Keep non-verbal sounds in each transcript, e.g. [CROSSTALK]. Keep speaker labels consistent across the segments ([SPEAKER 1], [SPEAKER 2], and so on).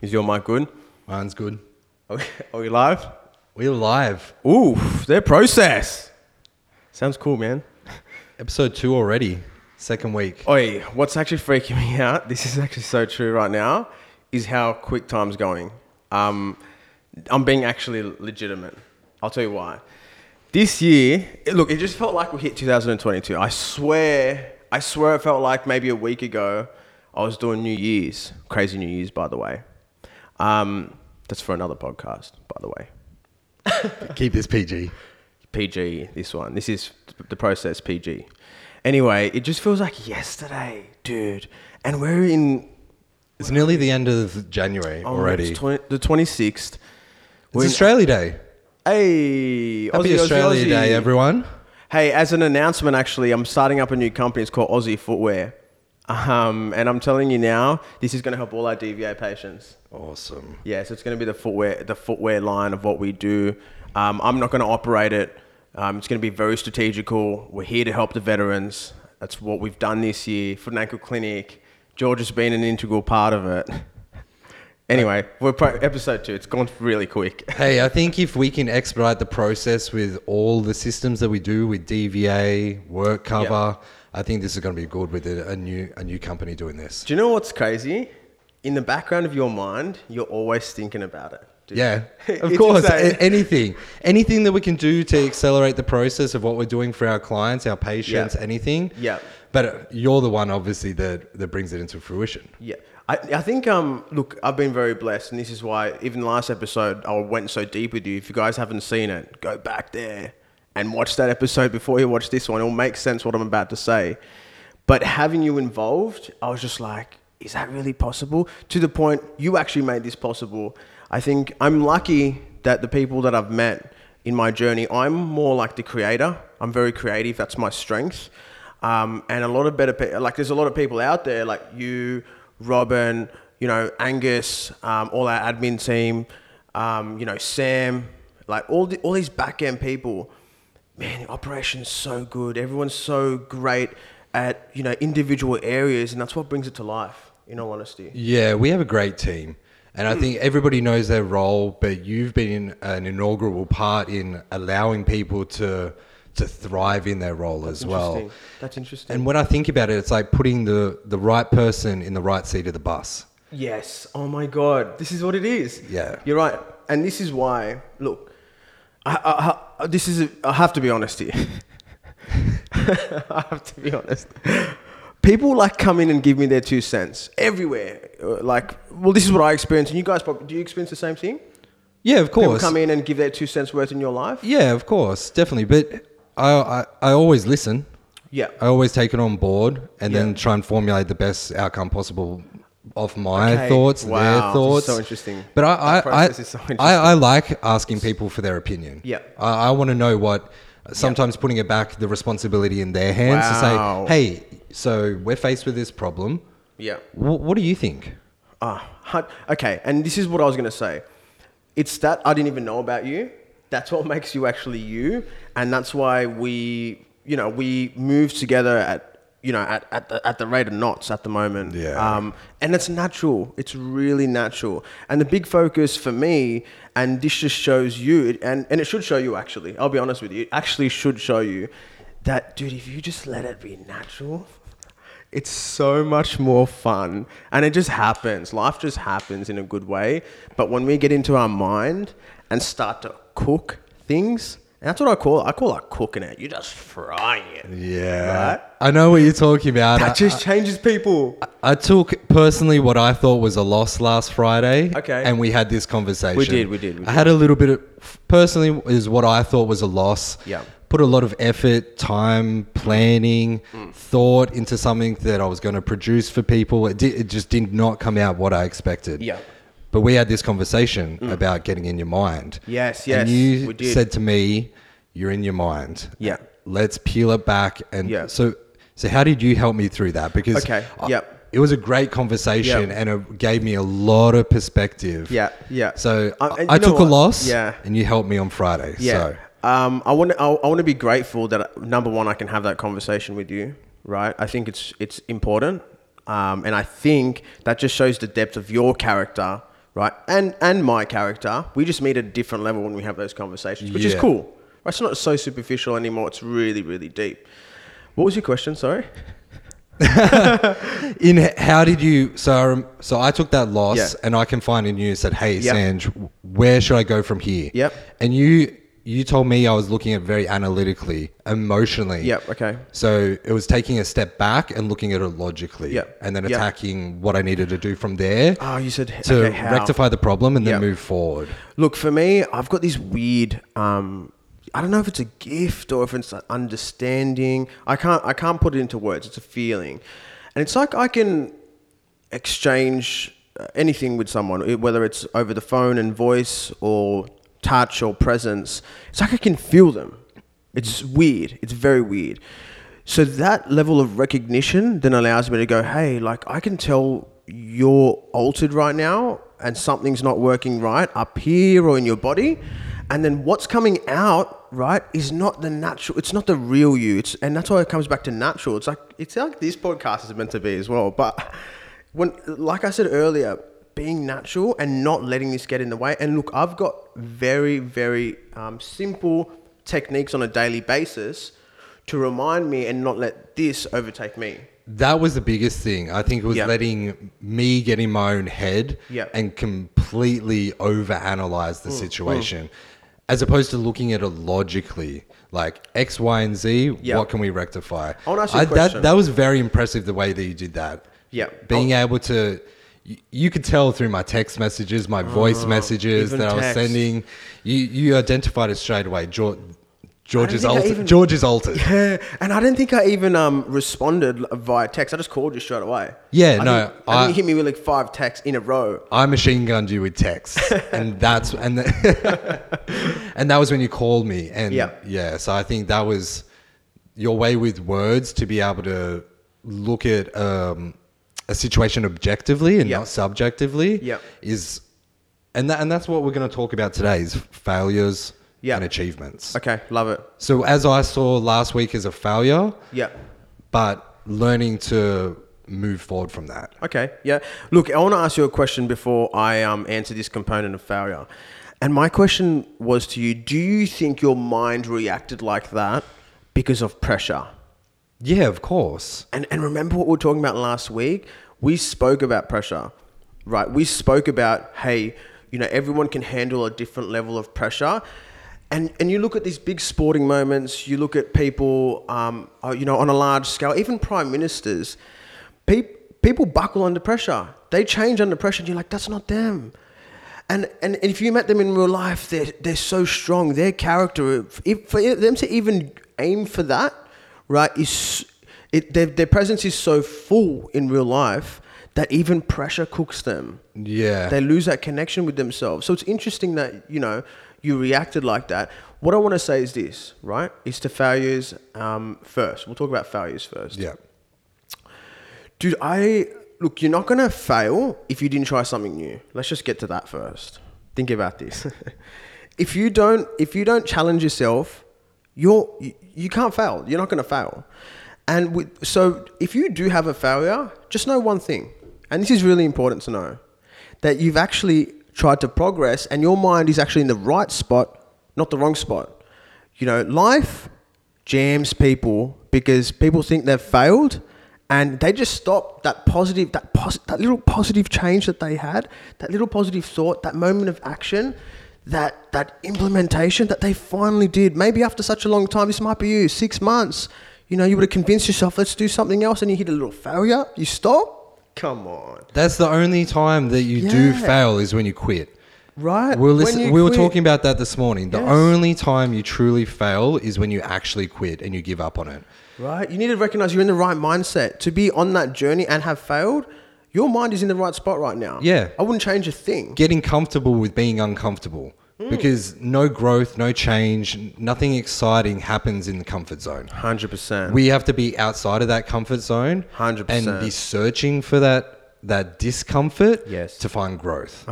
[SPEAKER 1] Is your mic good?
[SPEAKER 2] Mine's good.
[SPEAKER 1] Are we, are we live?
[SPEAKER 2] We're live.
[SPEAKER 1] Ooh, their process. Sounds cool, man.
[SPEAKER 2] Episode two already. Second week.
[SPEAKER 1] Oi, what's actually freaking me out, this is actually so true right now, is how quick time's going. Um, I'm being actually legitimate. I'll tell you why. This year, it- look, it just felt like we hit 2022. I swear, I swear it felt like maybe a week ago I was doing New Year's. Crazy New Year's, by the way. Um, that's for another podcast, by the way.
[SPEAKER 2] Keep this PG.
[SPEAKER 1] PG, this one. This is the process PG. Anyway, it just feels like yesterday, dude. And we're in
[SPEAKER 2] It's nearly the end of January
[SPEAKER 1] oh,
[SPEAKER 2] already.
[SPEAKER 1] it's
[SPEAKER 2] It's,
[SPEAKER 1] 20, the 26th. We're in-
[SPEAKER 2] Australia Day.
[SPEAKER 1] hey,
[SPEAKER 2] Happy
[SPEAKER 1] Aussie, Aussie,
[SPEAKER 2] Australia
[SPEAKER 1] Aussie.
[SPEAKER 2] Day, everyone.
[SPEAKER 1] Hey, as an announcement, actually, I'm starting up a new company. It's called Aussie Footwear. Um, and I'm telling you now, this is going to help all our DVA patients.
[SPEAKER 2] Awesome.
[SPEAKER 1] Yeah, so it's going to be the footwear, the footwear line of what we do. Um, I'm not going to operate it. Um, it's going to be very strategical. We're here to help the veterans. That's what we've done this year. Foot and ankle clinic. George has been an integral part of it. anyway, we're pro- episode two. It's gone really quick. [LAUGHS]
[SPEAKER 2] Hey, I think if we can expedite the process with all the systems that we do with DVA, work cover, I think this is going to be good with a, a new a new company doing this.
[SPEAKER 1] Do you know what's crazy? In the background of your mind, you're always thinking about it. dude.
[SPEAKER 2] [LAUGHS] Yeah, of
[SPEAKER 1] It's
[SPEAKER 2] course.
[SPEAKER 1] insane.
[SPEAKER 2] A- anything, anything that we can do to accelerate the process of what we're doing for our clients, our patients,
[SPEAKER 1] Yeah.
[SPEAKER 2] anything.
[SPEAKER 1] Yeah.
[SPEAKER 2] But uh, you're the one, obviously, that that brings it into fruition.
[SPEAKER 1] Yeah. I, I think, um, look, I've been very blessed, and this is why even last episode I went so deep with you. If you guys haven't seen it, go back there and watch that episode before you watch this one. It'll make sense what I'm about to say. But having you involved, I was just like, is that really possible? To the point, you actually made this possible. I think I'm lucky that the people that I've met in my journey, I'm more like the creator. I'm very creative, that's my strength. Um, and a lot of better people, like there's a lot of people out there, like you, Robin, you know, Angus, um, all our admin team, um, you know, Sam, like all, the, all these back end people. Man, operation's so good. Everyone's so great at, you know, individual areas. And that's what brings it to life, in all honesty.
[SPEAKER 2] Yeah, we have a great team. And
[SPEAKER 1] Mm.
[SPEAKER 2] I think everybody knows their role, but you've been an inaugural part in allowing people to to thrive in their role as well.
[SPEAKER 1] Interesting. That's interesting.
[SPEAKER 2] And when I think about it, it's like putting the, the right person in the right seat of the bus.
[SPEAKER 1] Yes. Oh my God. This is what it is.
[SPEAKER 2] Yeah.
[SPEAKER 1] You're right. And this is why, look, I, I, I, this is, a, I have to be honest here. [LAUGHS] I have to be honest. People like come in and give me their two cents everywhere. Uh, Like, well, this is what I experience, and you guys probably do you experience the same thing?
[SPEAKER 2] Yeah, of
[SPEAKER 1] People
[SPEAKER 2] course.
[SPEAKER 1] come in and give their two cents worth in your life.
[SPEAKER 2] Yeah, of course, definitely. But I, I, I always listen.
[SPEAKER 1] Yeah.
[SPEAKER 2] I always take it on board and
[SPEAKER 1] Yeah.
[SPEAKER 2] then try and formulate the best outcome possible of my
[SPEAKER 1] Okay.
[SPEAKER 2] thoughts,
[SPEAKER 1] Wow,
[SPEAKER 2] their
[SPEAKER 1] this is
[SPEAKER 2] thoughts.
[SPEAKER 1] so interesting.
[SPEAKER 2] But I,
[SPEAKER 1] That
[SPEAKER 2] I, I,
[SPEAKER 1] process is so
[SPEAKER 2] I, I like asking people for their opinion.
[SPEAKER 1] Yeah.
[SPEAKER 2] I, I want to know what. Sometimes putting it back the responsibility in their hands
[SPEAKER 1] Wow.
[SPEAKER 2] to say, "Hey, so we're faced with this problem.
[SPEAKER 1] Yeah.
[SPEAKER 2] Wh- what do you think?"
[SPEAKER 1] Ah, hun- okay. And this is what I was going to say. It's that I didn't even know about you. That's what [LAUGHS] makes you actually you, and that's why we, you know, we move together at, you know, at, at the at the rate of knots at the moment.
[SPEAKER 2] Yeah.
[SPEAKER 1] Um, and it's natural. It's really natural. And the big focus for me, and this just shows you, and and it should show you actually. I'll be honest with you. It actually should show you that, dude. If you just let it be natural, it's so much more fun. And it just happens. Life just happens in a good way. But when we get into our mind and start to cook things, and that's what I call it. I call it cooking it. You're just frying it.
[SPEAKER 2] Yeah, Uh,
[SPEAKER 1] Right?
[SPEAKER 2] I know what you're talking about. I-
[SPEAKER 1] That just changes people.
[SPEAKER 2] I took personally what I thought was a loss last Friday.
[SPEAKER 1] Okay.
[SPEAKER 2] And we had this conversation.
[SPEAKER 1] We did, we did, we
[SPEAKER 2] I had a little bit of personally is what I thought was a loss.
[SPEAKER 1] Yeah.
[SPEAKER 2] Put a lot of effort, time, planning, thought into something that I was going to produce for people. It, di- it just did not come out what I expected.
[SPEAKER 1] Yeah. Mm.
[SPEAKER 2] But we had this conversation about getting in your mind.
[SPEAKER 1] Yes, yes,
[SPEAKER 2] And you
[SPEAKER 1] we did.
[SPEAKER 2] said to me, "You're in your mind.
[SPEAKER 1] Yeah.
[SPEAKER 2] Let's peel it back." And
[SPEAKER 1] Yeah.
[SPEAKER 2] so, so how did you help me through that? Because
[SPEAKER 1] Okay,
[SPEAKER 2] I-
[SPEAKER 1] yep.
[SPEAKER 2] It was a great conversation
[SPEAKER 1] Yep.
[SPEAKER 2] and it gave me a lot of perspective.
[SPEAKER 1] Yeah, yeah.
[SPEAKER 2] So
[SPEAKER 1] Um, and
[SPEAKER 2] I, I
[SPEAKER 1] you know
[SPEAKER 2] took a
[SPEAKER 1] what?
[SPEAKER 2] loss
[SPEAKER 1] Yeah.
[SPEAKER 2] and you helped me on Friday. So
[SPEAKER 1] Um, I want to. I, want to be grateful that number one, I can have that conversation with you. Right. I think it's it's important, um, and I think that just shows the depth of your character right? And and my character, we just meet at a different level when we have those conversations, which is
[SPEAKER 2] Yeah.
[SPEAKER 1] cool. Right? It's not so superficial anymore. It's really, really deep. What was your question? Sorry.
[SPEAKER 2] In h- how did you? So I, rem- so I took that loss,
[SPEAKER 1] Yeah.
[SPEAKER 2] and I confided in you. and Said, "Hey,
[SPEAKER 1] Yep.
[SPEAKER 2] Sanj, where should I go from here?"
[SPEAKER 1] Yep.
[SPEAKER 2] And you, you told me I was looking at very analytically, emotionally.
[SPEAKER 1] Yep. Okay.
[SPEAKER 2] So it was taking a step back and looking at it logically,
[SPEAKER 1] Yep.
[SPEAKER 2] and then
[SPEAKER 1] Yep.
[SPEAKER 2] attacking what I needed to do from there
[SPEAKER 1] Oh, you said
[SPEAKER 2] to
[SPEAKER 1] okay, how?
[SPEAKER 2] rectify the problem and then
[SPEAKER 1] Yep.
[SPEAKER 2] move forward.
[SPEAKER 1] Look, for me, I've got this weird. Um, I don't know if it's a gift or if it's an understanding. I can't. I can't put it into words. It's a feeling, and it's like I can exchange uh, anything with someone, it- whether it's over the phone and voice or touch or presence. It's like I can feel them. It's weird. It's very weird. So that level of recognition then allows me to go, hey, like I can tell you're altered right now and something's not working right up here or in your body. And then what's coming out, right, is not the natural, it's not the real you. It's and that's why it comes back to natural. It's like it's like this podcast is meant to be as well. But when like I said earlier, being natural and not letting this get in the way. And look, I've got very, very um, simple techniques on a daily basis to remind me and not let this overtake me. [LAUGHS]
[SPEAKER 2] That was the biggest thing. I think it was
[SPEAKER 1] Yeah.
[SPEAKER 2] letting me get in my own head
[SPEAKER 1] Yeah. Mm,
[SPEAKER 2] and completely overanalyze the situation, as opposed to looking at it logically, like X, Y, and Z.
[SPEAKER 1] Yeah.
[SPEAKER 2] What can we rectify?
[SPEAKER 1] I wanna ask you a question.
[SPEAKER 2] that that was very impressive the way that you did that.
[SPEAKER 1] Yeah. Oh.
[SPEAKER 2] being able to. you- You could tell through my text messages, my voice messages
[SPEAKER 1] Uh, even
[SPEAKER 2] that I was
[SPEAKER 1] text.
[SPEAKER 2] sending. You you identified it straight away. George, George is
[SPEAKER 1] think I
[SPEAKER 2] altered.
[SPEAKER 1] even-
[SPEAKER 2] George is altered.
[SPEAKER 1] Yeah, and I didn't think I even um, responded via text. I just called you straight away.
[SPEAKER 2] Yeah,
[SPEAKER 1] I
[SPEAKER 2] no,
[SPEAKER 1] think- I,
[SPEAKER 2] I-
[SPEAKER 1] think you hit me with like five texts in a row.
[SPEAKER 2] I machine gunned you with text,
[SPEAKER 1] [LAUGHS]
[SPEAKER 2] and that's and the, [LAUGHS] and that was when you called me, and
[SPEAKER 1] Yeah.
[SPEAKER 2] yeah. So I think that was your way with words to be able to look at um, a situation objectively and
[SPEAKER 1] Yeah.
[SPEAKER 2] not subjectively.
[SPEAKER 1] Yeah.
[SPEAKER 2] is and that and that's what we're going to talk about today is failures
[SPEAKER 1] Yeah.
[SPEAKER 2] and achievements.
[SPEAKER 1] Okay, love it.
[SPEAKER 2] So as I saw last week as a failure,
[SPEAKER 1] Yeah.
[SPEAKER 2] but learning to move forward from that.
[SPEAKER 1] Okay. Yeah. Look, I want to ask you a question before I um, answer this component of failure. And my question was to you: Do you think your mind reacted like that because of pressure?
[SPEAKER 2] Yeah, of course.
[SPEAKER 1] And and remember what we were talking about last week? We spoke about pressure, right? We spoke about hey, you know, everyone can handle a different level of pressure. And, and you look at these big sporting moments, you look at people, um, uh, you know, on a large scale, even prime ministers, pe- people buckle under pressure. They change under pressure, and you're like, that's not them. And, and if you met them in real life, they're, they're so strong. Their character, if, for them to even aim for that, right, is it, their, their presence is so full in real life that even pressure cooks them.
[SPEAKER 2] Yeah.
[SPEAKER 1] They lose that connection with themselves. So it's interesting that, you know, you reacted like that. What I want to say is this, right, is to failures um, first. We'll talk about failures first.
[SPEAKER 2] yeah.
[SPEAKER 1] Dude, I look, you're not gonna fail if you didn't try something new. Let's just get to that first. Think about this. [LAUGHS] if you don't if you don't challenge yourself, you're you, you can't fail. You're not gonna fail. And with, so if you do have a failure, just know one thing. And this is really important to know. That you've actually tried to progress and your mind is actually in the right spot, not the wrong spot. You know, life jams people because people think they've failed and they just stop that positive that pos- that little positive change that they had that little positive thought that moment of action that that implementation that they finally did maybe after such a long time this might be you 6 months you know you would have convinced yourself let's do something else and you hit a little failure you stop come on
[SPEAKER 2] That's the only time that you do
[SPEAKER 1] Yeah.
[SPEAKER 2] fail is when you quit.
[SPEAKER 1] right
[SPEAKER 2] We were,
[SPEAKER 1] When
[SPEAKER 2] listen-
[SPEAKER 1] you
[SPEAKER 2] we were
[SPEAKER 1] quit-
[SPEAKER 2] talking about that this morning. The
[SPEAKER 1] Yes.
[SPEAKER 2] only time you truly fail is when you actually quit and you give up on it.
[SPEAKER 1] Right? You need to recognize you're in the right mindset to be on that journey and have failed. Your mind is in the right spot right now.
[SPEAKER 2] Yeah.
[SPEAKER 1] I wouldn't change a thing.
[SPEAKER 2] Getting comfortable with being uncomfortable
[SPEAKER 1] Hmm.
[SPEAKER 2] because no growth, no change, nothing exciting happens in the comfort zone.
[SPEAKER 1] 100%.
[SPEAKER 2] We have to be outside of that comfort zone
[SPEAKER 1] 100%.
[SPEAKER 2] and be searching for that that discomfort
[SPEAKER 1] Yes. Oh.
[SPEAKER 2] to find growth.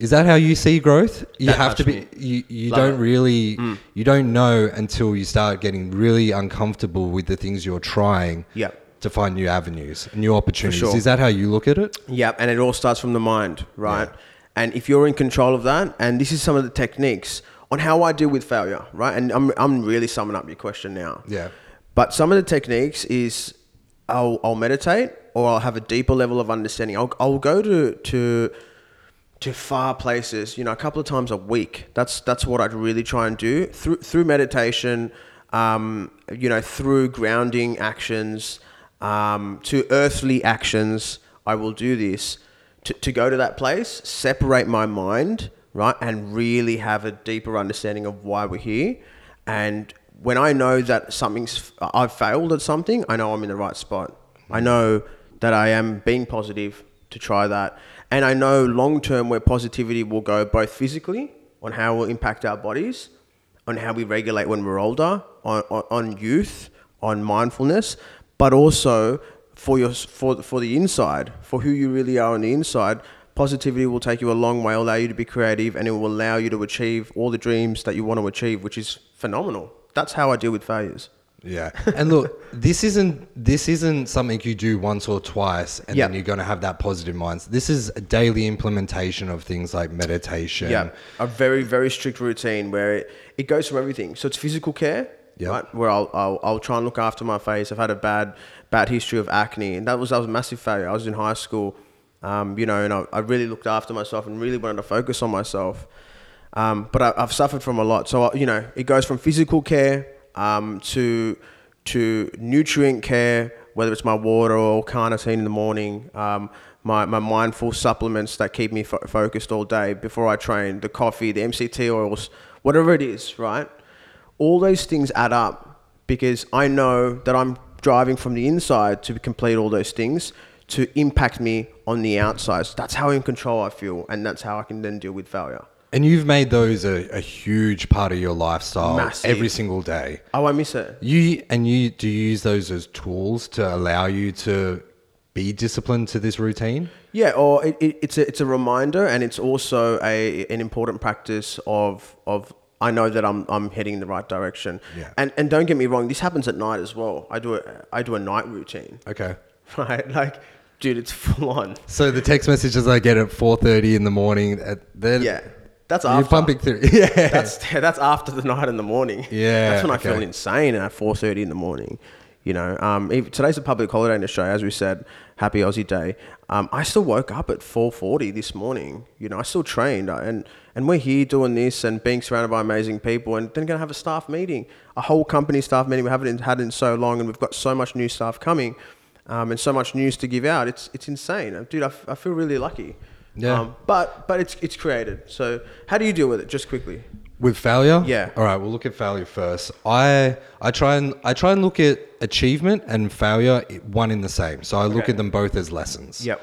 [SPEAKER 2] Is that how you see growth? You
[SPEAKER 1] That
[SPEAKER 2] have to be
[SPEAKER 1] touched
[SPEAKER 2] you, you
[SPEAKER 1] Love
[SPEAKER 2] don't
[SPEAKER 1] it. Mm.
[SPEAKER 2] really you don't know until you start getting really uncomfortable with the things you're trying
[SPEAKER 1] Yeah.
[SPEAKER 2] to find new avenues, new opportunities.
[SPEAKER 1] sure. [LAUGHS]
[SPEAKER 2] Is that how you look at it?
[SPEAKER 1] Yep, and it all starts from the mind, right? And if you're in control of that, and this is some of the techniques on how I deal with failure, right? And I'm, I'm really summing up your question now.
[SPEAKER 2] Yeah.
[SPEAKER 1] But some of the techniques is I'll, I'll meditate or I'll have a deeper level of understanding. I'll, I'll go to, to, to far places, you know, a couple of times a week. That's, that's what I'd really try and do through, through meditation, um, you know, through grounding actions, um, to earthly actions. I will do this to, to go to that place, separate my mind, right, and really have a deeper understanding of why we're here. And when I know that something's, I've failed at something, I know I'm in the right spot. I know that I am being positive to try that. And I know long term where positivity will go both physically on how it will impact our bodies, on how we regulate when we're older, on, on, on youth, on mindfulness, but also for your for for the inside, for who you really are on the inside, positivity will take you a long way, allow you to be creative, and it will allow you to achieve all the dreams that you want to achieve, which is phenomenal. That's how I deal with failures.
[SPEAKER 2] Yeah. And look, this isn't this isn't something you do once or twice and
[SPEAKER 1] Yeah.
[SPEAKER 2] then you're gonna have that positive mindset. This is a daily implementation of things like meditation.
[SPEAKER 1] Yeah, a very very strict routine where it, it goes from everything. So it's physical care,
[SPEAKER 2] Yeah.
[SPEAKER 1] right? Where I'll, I'll I'll try and look after my face. I've had a bad bad history of acne, and that was that was a massive failure. I was in high school, um, you know, and I, I really looked after myself and really wanted to focus on myself. Um, but I, I've suffered from a lot. So I, you know, it goes from physical care um, to to nutrient care, whether it's my water or carnitine in the morning, um, my, my mindful supplements that keep me fo- focused all day before I train, the coffee, the MCT oils, whatever it is, right? All those things add up because I know that I'm driving from the inside to complete all those things to impact me on the outside. So that's how in control I feel, and that's how I can then deal with failure.
[SPEAKER 2] And you've made those a, a huge part of your lifestyle
[SPEAKER 1] Massive.
[SPEAKER 2] every single day.
[SPEAKER 1] Oh, I miss it.
[SPEAKER 2] You and you do you use those as tools to allow you to be disciplined to this routine?
[SPEAKER 1] Yeah, or it, it, it's a it's a reminder, and it's also a an important practice of of I know that I'm I'm heading in the right direction.
[SPEAKER 2] Yeah.
[SPEAKER 1] And and don't get me wrong, this happens at night as well. I do a I do a night routine, [LAUGHS]
[SPEAKER 2] Okay.
[SPEAKER 1] right? Like, dude, it's full on.
[SPEAKER 2] So the text messages I get at four thirty in the morning, uh, they're
[SPEAKER 1] Yeah, that's
[SPEAKER 2] you're
[SPEAKER 1] after.
[SPEAKER 2] pumping through. [LAUGHS] Yeah,
[SPEAKER 1] That's that's after the night in the morning.
[SPEAKER 2] Yeah,
[SPEAKER 1] that's when I
[SPEAKER 2] okay.
[SPEAKER 1] feel insane at four thirty in the morning. You know, um, if- today's a public holiday in Australia, as we said. Happy Aussie Day. Um, I still woke up at four forty this morning. You know, I still trained, I- and and we're here doing this and being surrounded by amazing people, and then gonna have a staff meeting, a whole company staff meeting we haven't had in so long, and we've got so much new staff coming, um, and so much news to give out. It's it's insane, Uh, dude. I, f- I feel really lucky.
[SPEAKER 2] Yeah.
[SPEAKER 1] Um, but but it's it's created. So how do you deal with it? Just quickly.
[SPEAKER 2] With failure?
[SPEAKER 1] Yeah.
[SPEAKER 2] All right, we'll look at failure first. I I try and I try and look at achievement and failure i- one in the same. So I look
[SPEAKER 1] Okay.
[SPEAKER 2] at them both as lessons.
[SPEAKER 1] Yep.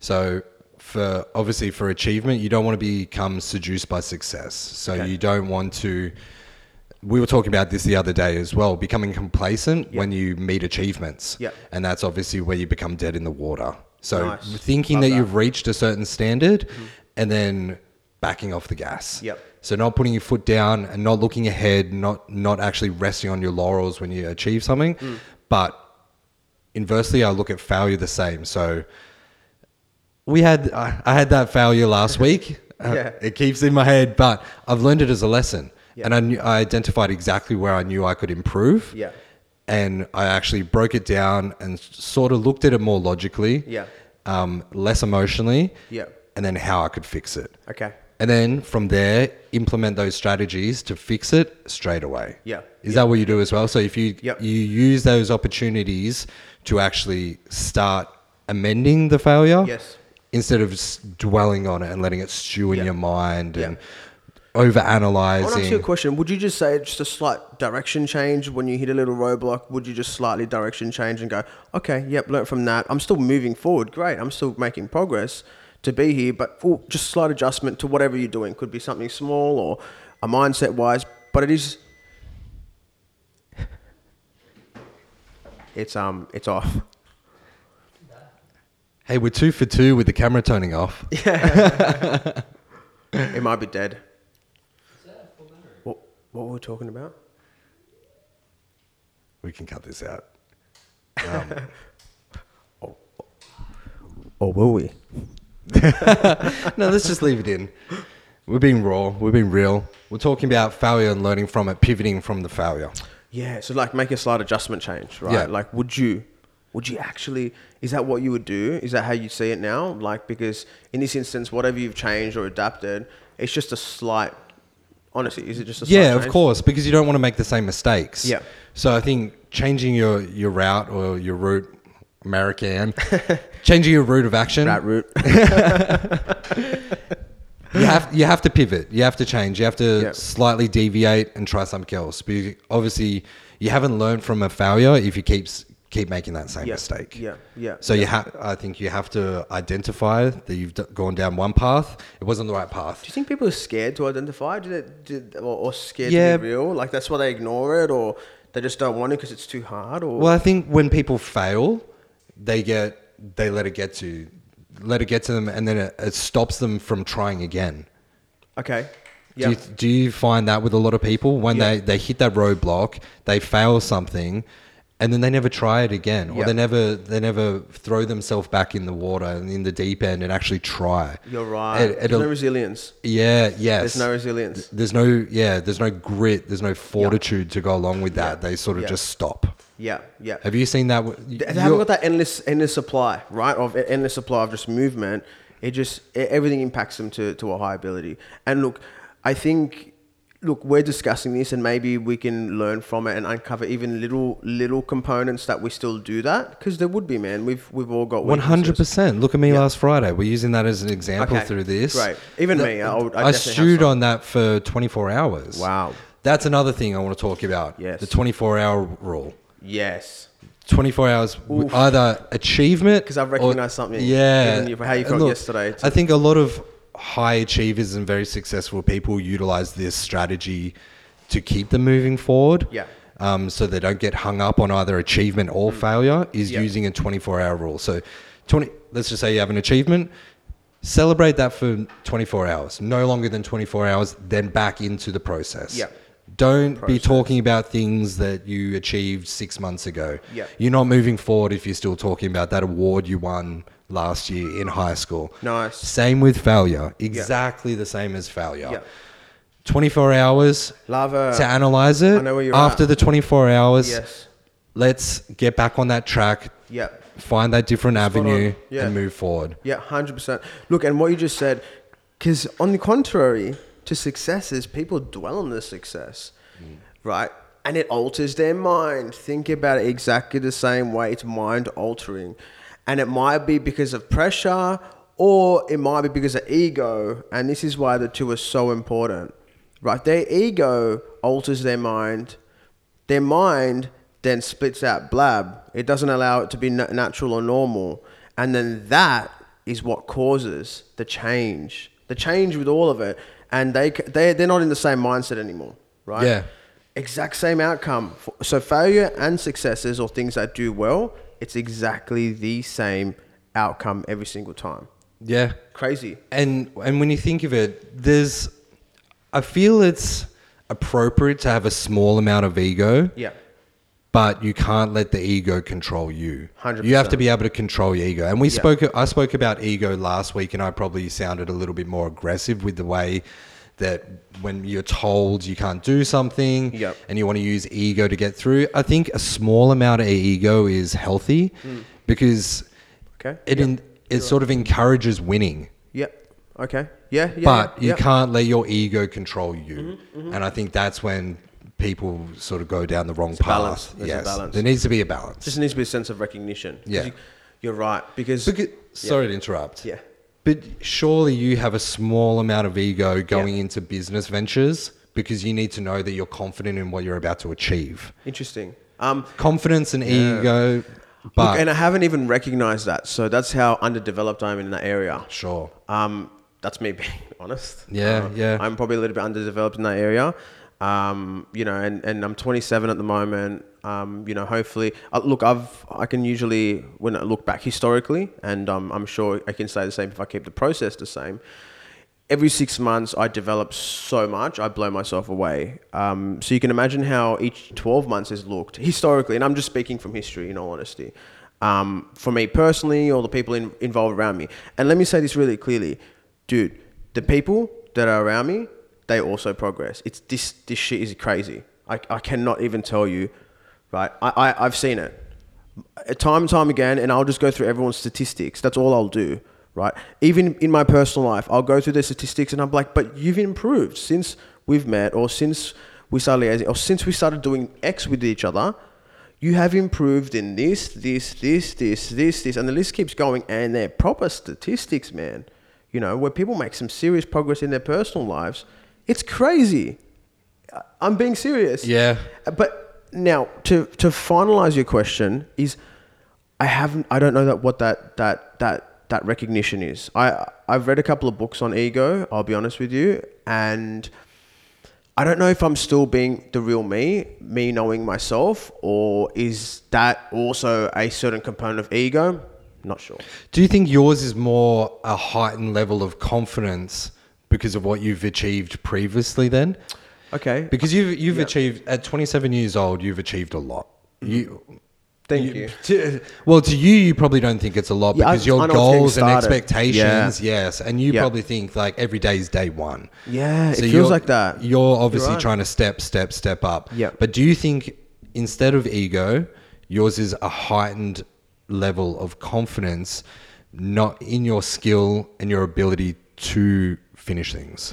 [SPEAKER 2] So for obviously for achievement, you don't want to become seduced by success. So you don't want to we were talking about this the other day as well, becoming complacent when you meet achievements.
[SPEAKER 1] Yep.
[SPEAKER 2] And that's obviously where you become dead in the water. So
[SPEAKER 1] Nice.
[SPEAKER 2] thinking that, you've reached a certain standard and then backing off the gas.
[SPEAKER 1] Mm-hmm. Yep.
[SPEAKER 2] So not putting your foot down and not looking ahead, not not actually resting on your laurels when you achieve something.
[SPEAKER 1] Mm.
[SPEAKER 2] But inversely, I look at failure the same. So we had I, I had that failure
[SPEAKER 1] [LAUGHS]
[SPEAKER 2] last week. Uh,
[SPEAKER 1] Yeah.
[SPEAKER 2] It keeps in my head, but I've learned it as a lesson,
[SPEAKER 1] Yeah.
[SPEAKER 2] and I, knew, I identified exactly where I knew I could improve.
[SPEAKER 1] Yeah.
[SPEAKER 2] And I actually broke it down and s- sort of looked at it more logically.
[SPEAKER 1] Yeah.
[SPEAKER 2] Um, less emotionally.
[SPEAKER 1] Yeah.
[SPEAKER 2] And then how I could fix it.
[SPEAKER 1] Okay.
[SPEAKER 2] And then from there, implement those strategies to fix it straight away.
[SPEAKER 1] Yeah.
[SPEAKER 2] Is that what you do as well? So if you
[SPEAKER 1] Yep.
[SPEAKER 2] you use those opportunities to actually start amending the failure,
[SPEAKER 1] Yes.
[SPEAKER 2] instead of s- dwelling on it and letting it stew in
[SPEAKER 1] Yeah.
[SPEAKER 2] your mind
[SPEAKER 1] Yeah.
[SPEAKER 2] and
[SPEAKER 1] I want to ask you a
[SPEAKER 2] overanalyzing.
[SPEAKER 1] question. Would you just say just a slight direction change when you hit a little roadblock? Would you just slightly direction change and go, okay, yep, learn from that. I'm still moving forward. Great. I'm still making progress to be here, but ooh, just slight adjustment to whatever you're doing. Could be something small or a mindset wise, but it is. [LAUGHS] It's um, it's off.
[SPEAKER 2] Hey, we're two for two with the camera
[SPEAKER 1] [LAUGHS]
[SPEAKER 2] turning off.
[SPEAKER 1] It might be dead. What what were we talking about?
[SPEAKER 2] We can cut this out.
[SPEAKER 1] Or will we?
[SPEAKER 2] no, let's just leave it in. We're being raw. We're being real. We're talking about failure and learning from it, pivoting from the failure.
[SPEAKER 1] Yeah, so like make a slight adjustment change, right?
[SPEAKER 2] Yeah.
[SPEAKER 1] Like would you would you actually is that what you would do? Is that how you see it now? Like because in this instance whatever you've changed or adapted, it's just a slight honestly, is it just a slight
[SPEAKER 2] yeah, of
[SPEAKER 1] change?
[SPEAKER 2] course, because you don't want to make the same mistakes.
[SPEAKER 1] Yeah.
[SPEAKER 2] So I think changing your your route or your route, American, [LAUGHS] changing your route of action.
[SPEAKER 1] That route.
[SPEAKER 2] you have you have to pivot. You have to change. You have to
[SPEAKER 1] Yeah.
[SPEAKER 2] slightly deviate and try something else. Because obviously, you haven't learned from a failure if you keep s- keep making that same
[SPEAKER 1] Yeah,
[SPEAKER 2] mistake.
[SPEAKER 1] yeah, yeah,
[SPEAKER 2] So you have. I think you have to identify that you've d- gone down one path. It wasn't the right path.
[SPEAKER 1] Do you think people are scared to identify? Do they, do, or, or scared
[SPEAKER 2] Yeah.
[SPEAKER 1] to be real? Like that's why they ignore it, or they just don't want it because it's too hard, or
[SPEAKER 2] Well, I think when people fail, they get they let it get to let it get to them, and then it, it stops them from trying again.
[SPEAKER 1] okay,
[SPEAKER 2] Do,
[SPEAKER 1] yeah,
[SPEAKER 2] you, do you find that with a lot of people when
[SPEAKER 1] Yeah.
[SPEAKER 2] they they hit that roadblock, they fail something, and then they never try it again, or
[SPEAKER 1] Yeah.
[SPEAKER 2] they never they never throw themselves back in the water and in the deep end and actually try.
[SPEAKER 1] you're right.
[SPEAKER 2] It-
[SPEAKER 1] there's
[SPEAKER 2] it'll-
[SPEAKER 1] no resilience.
[SPEAKER 2] yeah. Yes.
[SPEAKER 1] There's no resilience.
[SPEAKER 2] There's no. Yeah. There's no grit. There's no fortitude to go along with that. They sort of
[SPEAKER 1] Yeah.
[SPEAKER 2] just stop.
[SPEAKER 1] Yeah, yeah.
[SPEAKER 2] Have you seen that? w-
[SPEAKER 1] They
[SPEAKER 2] you're-
[SPEAKER 1] haven't got that endless, endless supply, right? Of e, endless supply of just movement. It just e- everything impacts them to to a high ability. And look, I think. Look, we're discussing this, and maybe we can learn from it and uncover even little little components that we still do that because there would be, man. We've we've all got
[SPEAKER 2] One hundred
[SPEAKER 1] weaknesses.
[SPEAKER 2] percent. Look at me last Friday. We're using that as an example
[SPEAKER 1] Okay,
[SPEAKER 2] through this.
[SPEAKER 1] great. Even
[SPEAKER 2] Th-
[SPEAKER 1] me, I would- I definitely
[SPEAKER 2] I
[SPEAKER 1] have
[SPEAKER 2] stewed
[SPEAKER 1] some.
[SPEAKER 2] on that for twenty four hours.
[SPEAKER 1] Wow.
[SPEAKER 2] That's another thing I want to talk about.
[SPEAKER 1] Yes.
[SPEAKER 2] The twenty four hour rule.
[SPEAKER 1] Yes,
[SPEAKER 2] Twenty four hours, w-
[SPEAKER 1] Oof.
[SPEAKER 2] either achievement
[SPEAKER 1] 'Cause I've
[SPEAKER 2] or-
[SPEAKER 1] recognised something,
[SPEAKER 2] Yeah.
[SPEAKER 1] even if- how you
[SPEAKER 2] And
[SPEAKER 1] felt yesterday to-
[SPEAKER 2] I think a lot of high achievers and very successful people utilize this strategy to keep them moving forward.
[SPEAKER 1] Yeah. Mm.
[SPEAKER 2] um, so they don't get hung up on either achievement or failure is
[SPEAKER 1] Yeah.
[SPEAKER 2] using a 24 hour rule. So 20, let's just say you have an achievement, celebrate that for 24 hours, no longer than 24 hours, then back into the process.
[SPEAKER 1] Yeah.
[SPEAKER 2] Don't be
[SPEAKER 1] Process.
[SPEAKER 2] talking about things that you achieved six months ago.
[SPEAKER 1] Yeah.
[SPEAKER 2] You're not moving forward if you're still talking about that award you won last year in high school.
[SPEAKER 1] Nice.
[SPEAKER 2] Same with failure. Exactly the same as failure.
[SPEAKER 1] Yeah.
[SPEAKER 2] 24 hours
[SPEAKER 1] lava.
[SPEAKER 2] to analyze it.
[SPEAKER 1] Uh, I know where you're
[SPEAKER 2] After
[SPEAKER 1] at.
[SPEAKER 2] the 24 hours,
[SPEAKER 1] Yes.
[SPEAKER 2] let's get back on that track,
[SPEAKER 1] Yeah.
[SPEAKER 2] find that different avenue,
[SPEAKER 1] on. Yeah.
[SPEAKER 2] and move forward.
[SPEAKER 1] Yeah. Hundred percent. Look, and what you just said, because on the contrary to successes, people dwell on the success, right? And it alters their mind. Think about it exactly the same way. It's mind altering, and it might be because of pressure, or it might be because of ego. And this is why the two are so important, right? Their ego alters their mind. Their mind then spits out blab. It doesn't allow it to be na- natural or normal. And then that is what causes the change. The change with all of it. And they, c- they, they're not in the same mindset anymore, right?
[SPEAKER 2] Yeah.
[SPEAKER 1] Exact same outcome. F- So failure and successes or things that do well, it's exactly the same outcome every single time.
[SPEAKER 2] Yeah.
[SPEAKER 1] Crazy.
[SPEAKER 2] And and when you think of it, there's I feel it's appropriate to have a small amount of ego,
[SPEAKER 1] Yeah.
[SPEAKER 2] but you can't let the ego control you.
[SPEAKER 1] 100%.
[SPEAKER 2] You have to be able to control your ego. And we spoke I spoke about ego last week and I probably sounded a little bit more aggressive with the way that when you're told you can't do something
[SPEAKER 1] Yep.
[SPEAKER 2] and you want to use ego to get through, I think a small amount of ego is healthy because
[SPEAKER 1] Hmm. Okay.
[SPEAKER 2] it in, it sort of encourages winning
[SPEAKER 1] Yeah. Okay. Yeah. yeah
[SPEAKER 2] but you
[SPEAKER 1] yeah. Mm-hmm,
[SPEAKER 2] can't let your ego control you. And I think that's when people sort of go down the wrong path.
[SPEAKER 1] balance. There's a
[SPEAKER 2] yes,
[SPEAKER 1] balance.
[SPEAKER 2] there needs to be a balance.
[SPEAKER 1] just needs to be a sense of recognition. 'Cause
[SPEAKER 2] Yeah.
[SPEAKER 1] you- You're right. Because,
[SPEAKER 2] Becau- sorry to interrupt.
[SPEAKER 1] yeah.
[SPEAKER 2] But surely you have a small amount of ego going into business ventures because you need to know that you're confident in what you're about to achieve.
[SPEAKER 1] Interesting. Um,
[SPEAKER 2] Confidence and ego, but
[SPEAKER 1] look, and I haven't even recognized that. So that's how underdeveloped I am in that area.
[SPEAKER 2] sure.
[SPEAKER 1] Um, that's me being [LAUGHS] honest.
[SPEAKER 2] Yeah,
[SPEAKER 1] Um,
[SPEAKER 2] yeah.
[SPEAKER 1] I'm probably a little bit underdeveloped in that area. Um, you know, and, and I'm 27 at the moment. Um, you know, hopefully, uh, look, I've I can usually when I look back historically, and um, I'm sure I can say the same if I keep the process the same. Every six months, I develop so much, I blow myself away. Um, so you can imagine how each 12 months has looked historically, and I'm just speaking from history, in all honesty. um, for me personally or the people in, involved around me. And let me say this really clearly, dude, the people that are around me, they also progress. It's this this shit is crazy. I, I cannot even tell you, right? I, I I've seen it Uh, time and time again, and I'll just go through everyone's statistics. That's all I'll do, right? Even in my personal life, I'll go through their statistics, and I'm like, but you've improved since we've met, or since we started liaising, or since we started doing X with each other. You have improved in this, this, this, this, this, this, and the list keeps going. And they're proper statistics, man. You know, where people make some serious progress in their personal lives. It's crazy. I- I'm being serious. Uh,
[SPEAKER 2] Yeah.
[SPEAKER 1] But now to to finalize your question is, I haven't. I don't know that what that that that that recognition is. I I've read a couple of books on ego. I'll be honest with you, and I don't know if I'm still being the real me, me knowing myself, or is that also a certain component of ego? Not sure.
[SPEAKER 2] Do you think yours is more a heightened level of confidence because of what you've achieved previously then?
[SPEAKER 1] Okay.
[SPEAKER 2] Because you've you've achieved at 27 years old, you've achieved a lot. You
[SPEAKER 1] Thank you.
[SPEAKER 2] to- well, to you, you probably don't think it's a lot
[SPEAKER 1] Yeah, I- I
[SPEAKER 2] because your
[SPEAKER 1] know it's getting
[SPEAKER 2] goals and
[SPEAKER 1] started.
[SPEAKER 2] expectations, yes, and you
[SPEAKER 1] Yeah.
[SPEAKER 2] probably think like every day is day one.
[SPEAKER 1] Yeah, it feels
[SPEAKER 2] you're-
[SPEAKER 1] like that.
[SPEAKER 2] You're obviously
[SPEAKER 1] right.
[SPEAKER 2] trying to step, step, step up.
[SPEAKER 1] Yeah.
[SPEAKER 2] But do you think instead of ego, yours is a heightened level of confidence, not in your skill and your ability to finish things?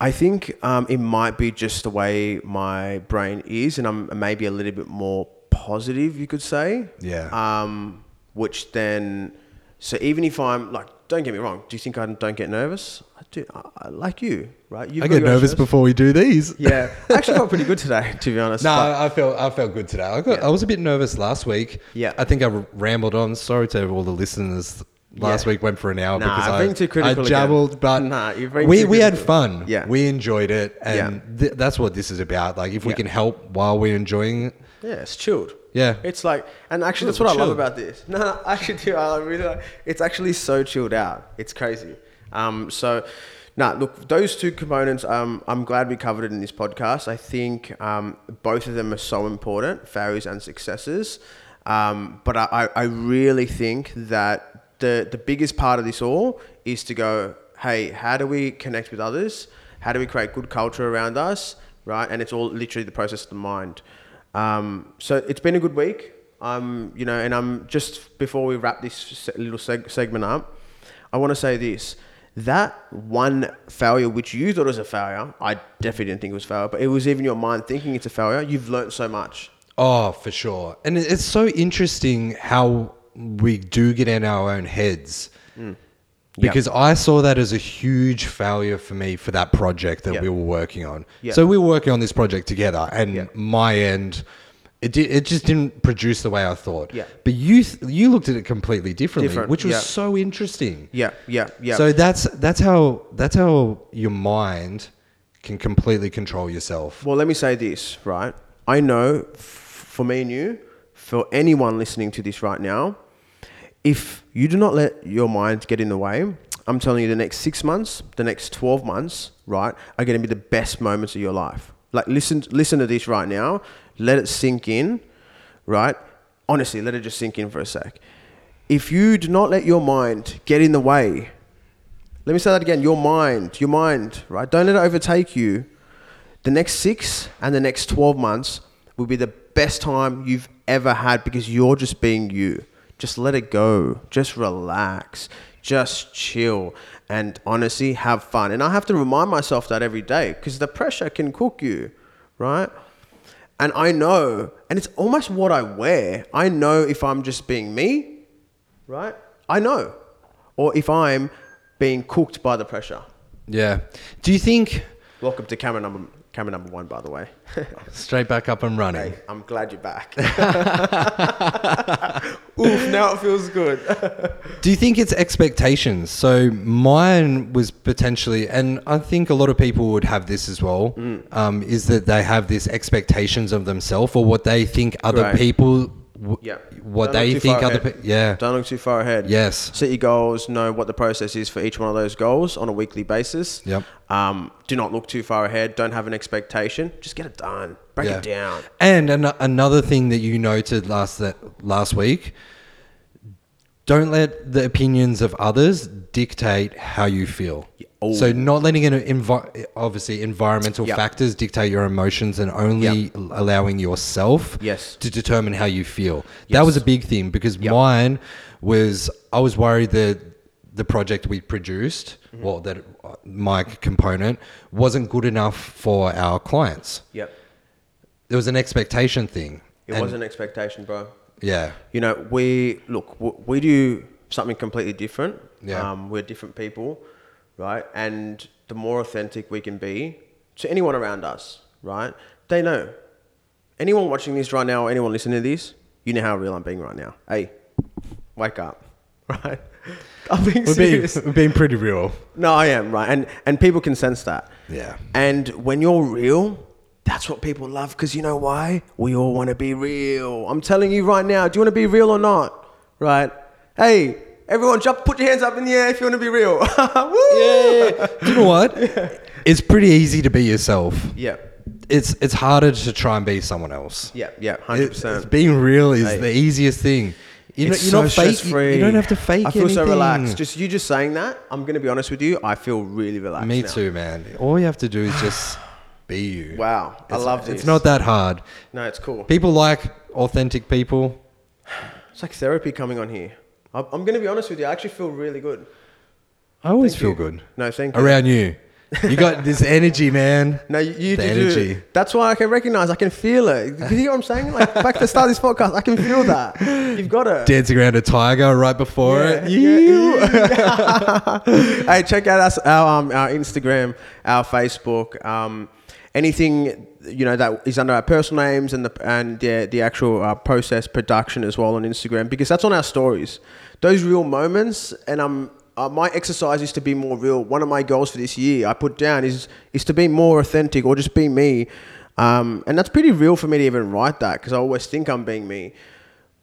[SPEAKER 1] I think um, it might be just the way my brain is, and I'm maybe a little bit more positive, you could say.
[SPEAKER 2] Yeah.
[SPEAKER 1] Um, which then, so even if I'm like, don't get me wrong, do you think I don't get nervous? I do. I, I like you, right? You've
[SPEAKER 2] I
[SPEAKER 1] got
[SPEAKER 2] get
[SPEAKER 1] your own
[SPEAKER 2] nervous
[SPEAKER 1] stress.
[SPEAKER 2] before we do these. [LAUGHS]
[SPEAKER 1] Yeah, I actually felt pretty good today, to be honest.
[SPEAKER 2] No,
[SPEAKER 1] but-
[SPEAKER 2] I I felt I felt good today. I got I was a bit nervous last week.
[SPEAKER 1] Yeah.
[SPEAKER 2] I think I r- rambled on. Sorry to all the listeners. Last
[SPEAKER 1] Yeah.
[SPEAKER 2] week went for an hour
[SPEAKER 1] Nah,
[SPEAKER 2] because
[SPEAKER 1] being
[SPEAKER 2] I,
[SPEAKER 1] too critical
[SPEAKER 2] I
[SPEAKER 1] again.
[SPEAKER 2] jabbled, but
[SPEAKER 1] Nah, you're being
[SPEAKER 2] we
[SPEAKER 1] too
[SPEAKER 2] we had
[SPEAKER 1] critical.
[SPEAKER 2] fun.
[SPEAKER 1] Yeah.
[SPEAKER 2] we enjoyed it, and
[SPEAKER 1] Yeah.
[SPEAKER 2] th- that's what this is about. Like if we
[SPEAKER 1] Yeah.
[SPEAKER 2] can help while we're enjoying it,
[SPEAKER 1] Yeah, it's chilled.
[SPEAKER 2] Yeah.
[SPEAKER 1] It's like, and actually, that's
[SPEAKER 2] Ooh,
[SPEAKER 1] what I love
[SPEAKER 2] chilled.
[SPEAKER 1] about this. [LAUGHS] No, no, actually, do I really like, it's actually so chilled out. It's crazy. Um, so, nah, look, those two components, um, I'm glad we covered it in this podcast. I think um, both of them are so important failures and successes. Um, but I, I I really think that the, the biggest part of this all is to go, hey, how do we connect with others? How do we create good culture around us? Right. And it's all literally the process of the mind. Um, so it's been a good week. Um, you know, and I'm just before we wrap this se- little seg- segment up, I want to say this: that one failure which you thought was a failure, I definitely didn't think it was a failure, but it was even your mind thinking it's a failure. You've learnt so much.
[SPEAKER 2] oh, for sure. And it- it's so interesting how we do get in our own heads.
[SPEAKER 1] Hmm. Yeah.
[SPEAKER 2] Because I saw that as a huge failure for me for that project that
[SPEAKER 1] Yeah.
[SPEAKER 2] we were working on.
[SPEAKER 1] Yeah.
[SPEAKER 2] So we were working on this project together, and
[SPEAKER 1] Yeah.
[SPEAKER 2] my end, it did, it just didn't produce the way I thought.
[SPEAKER 1] Yeah.
[SPEAKER 2] But you th- you looked at it completely differently,
[SPEAKER 1] Different,
[SPEAKER 2] which was
[SPEAKER 1] yeah.
[SPEAKER 2] so interesting.
[SPEAKER 1] Yeah, yeah, yeah.
[SPEAKER 2] So that's that's how that's how your mind can completely control yourself.
[SPEAKER 1] Well, let me say this, right? I know f- for me and you, for anyone listening to this right now, if you do not let your mind get in the way, I'm telling you, the next six months, the next 12 months, right, are going to be the best moments of your life. Like, listen, listen to this right now. Let it sink in, right? Honestly, let it just sink in for a sec. If you do not let your mind get in the way, let me say that again. Your mind, your mind, right? Don't let it overtake you. The next six and the next 12 months will be the best time you've ever had because you're just being you. Just let it go. Just relax. Just chill. And honestly, have fun. And I have to remind myself that every day because the pressure can cook you, right? And I know, and it's almost what I wear. I know if I'm just being me right? I know. Or if I'm being cooked by the pressure.
[SPEAKER 2] Yeah. Do you think
[SPEAKER 1] Welcome to camera number camera number one, by the way. [LAUGHS]
[SPEAKER 2] straight back up and running?
[SPEAKER 1] I'm glad you're back. [LAUGHS] Oof, now it feels good.
[SPEAKER 2] Do you think it's expectations? So mine was potentially, and I think a lot of people would have this as well,
[SPEAKER 1] Mm.
[SPEAKER 2] um, is that they have these expectations of themselves or what they think other
[SPEAKER 1] Right.
[SPEAKER 2] people, w-
[SPEAKER 1] Yeah. Don't look
[SPEAKER 2] what they
[SPEAKER 1] too
[SPEAKER 2] think
[SPEAKER 1] far
[SPEAKER 2] other
[SPEAKER 1] ahead.
[SPEAKER 2] people, yeah,
[SPEAKER 1] Don't look too far ahead.
[SPEAKER 2] Yes.
[SPEAKER 1] Set your goals, know what the process is for each one of those goals on a weekly basis.
[SPEAKER 2] Yep.
[SPEAKER 1] Um, do not look too far ahead. Don't have an expectation. Just get it done. Break
[SPEAKER 2] yeah.
[SPEAKER 1] it down.
[SPEAKER 2] And an- another thing that you noted last that last week don't let the opinions of others dictate how you feel.
[SPEAKER 1] oh.
[SPEAKER 2] So not letting an envi- obviously environmental
[SPEAKER 1] Yep.
[SPEAKER 2] factors dictate your emotions and only
[SPEAKER 1] Yep.
[SPEAKER 2] l- allowing yourself
[SPEAKER 1] Yes.
[SPEAKER 2] to determine how you feel. That was a big thing because mine was I was worried that the project we produced,
[SPEAKER 1] Mm-hmm.
[SPEAKER 2] well that uh, my component wasn't good enough for our clients.
[SPEAKER 1] Yep.
[SPEAKER 2] There was an expectation thing.
[SPEAKER 1] It
[SPEAKER 2] And-
[SPEAKER 1] was an expectation, bro.
[SPEAKER 2] yeah.
[SPEAKER 1] you know, we look, w- we do something completely different.
[SPEAKER 2] Yeah.
[SPEAKER 1] Um, we're different people, right? And the more authentic we can be to anyone around us, right? They know. Anyone watching this right now, or anyone listening to this, you know how real I'm being right now. Hey, wake up, [LAUGHS] right? I'm being [LAUGHS]
[SPEAKER 2] We're being,
[SPEAKER 1] serious.
[SPEAKER 2] we're being pretty real.
[SPEAKER 1] No, I am right, and and people can sense that.
[SPEAKER 2] Yeah.
[SPEAKER 1] And when you're real, that's what people love because you know why? We all want to be real. I'm telling you right now. Do you want to be real or not? Right? Hey, everyone, jump! Put your hands up in the air if you want to be real. [LAUGHS] Woo!
[SPEAKER 2] Yeah. Do you know what? It's pretty easy to be yourself.
[SPEAKER 1] Yeah.
[SPEAKER 2] It's it's harder to try and be someone else.
[SPEAKER 1] Yeah. Yeah.
[SPEAKER 2] It-
[SPEAKER 1] Hundred
[SPEAKER 2] it's
[SPEAKER 1] percent.
[SPEAKER 2] being real is
[SPEAKER 1] Hey.
[SPEAKER 2] the easiest thing. You
[SPEAKER 1] It's
[SPEAKER 2] know, you're
[SPEAKER 1] so
[SPEAKER 2] not fake. You, you
[SPEAKER 1] stress-free.
[SPEAKER 2] don't have to fake
[SPEAKER 1] I feel so
[SPEAKER 2] anything.
[SPEAKER 1] relaxed. Just you just saying that. I'm gonna be honest with you. I feel really relaxed.
[SPEAKER 2] Me
[SPEAKER 1] now.
[SPEAKER 2] too, man. All you have to do is
[SPEAKER 1] [SIGHS]
[SPEAKER 2] just be you.
[SPEAKER 1] Wow. I
[SPEAKER 2] It's-
[SPEAKER 1] love this.
[SPEAKER 2] It's not that hard.
[SPEAKER 1] No, it's cool.
[SPEAKER 2] People like authentic people.
[SPEAKER 1] It's like therapy coming on here. I'm, I'm gonna be honest with you. I actually feel really good.
[SPEAKER 2] I always
[SPEAKER 1] Thank
[SPEAKER 2] feel
[SPEAKER 1] you.
[SPEAKER 2] good
[SPEAKER 1] No, thank you.
[SPEAKER 2] around you. You
[SPEAKER 1] [LAUGHS]
[SPEAKER 2] got this energy, man.
[SPEAKER 1] No, you, you
[SPEAKER 2] The
[SPEAKER 1] do. do.
[SPEAKER 2] energy.
[SPEAKER 1] That's why I can recognize. I can feel it. You hear what I'm saying? Like back to the start of this podcast, I can feel
[SPEAKER 2] [LAUGHS]
[SPEAKER 1] that. You've got it.
[SPEAKER 2] Dancing around a tiger right before
[SPEAKER 1] Yeah,
[SPEAKER 2] it.
[SPEAKER 1] yeah, [LAUGHS] hey, check out us, our um, our Instagram, our Facebook, um, anything you know that is under our personal names and the and the, the actual uh, process production as well on Instagram because that's on our stories. Those real moments, and um, uh, my exercise is to be more real. One of my goals for this year, I put down is is to be more authentic or just be me. Um, and that's pretty real for me to even write that because I always think I'm being me.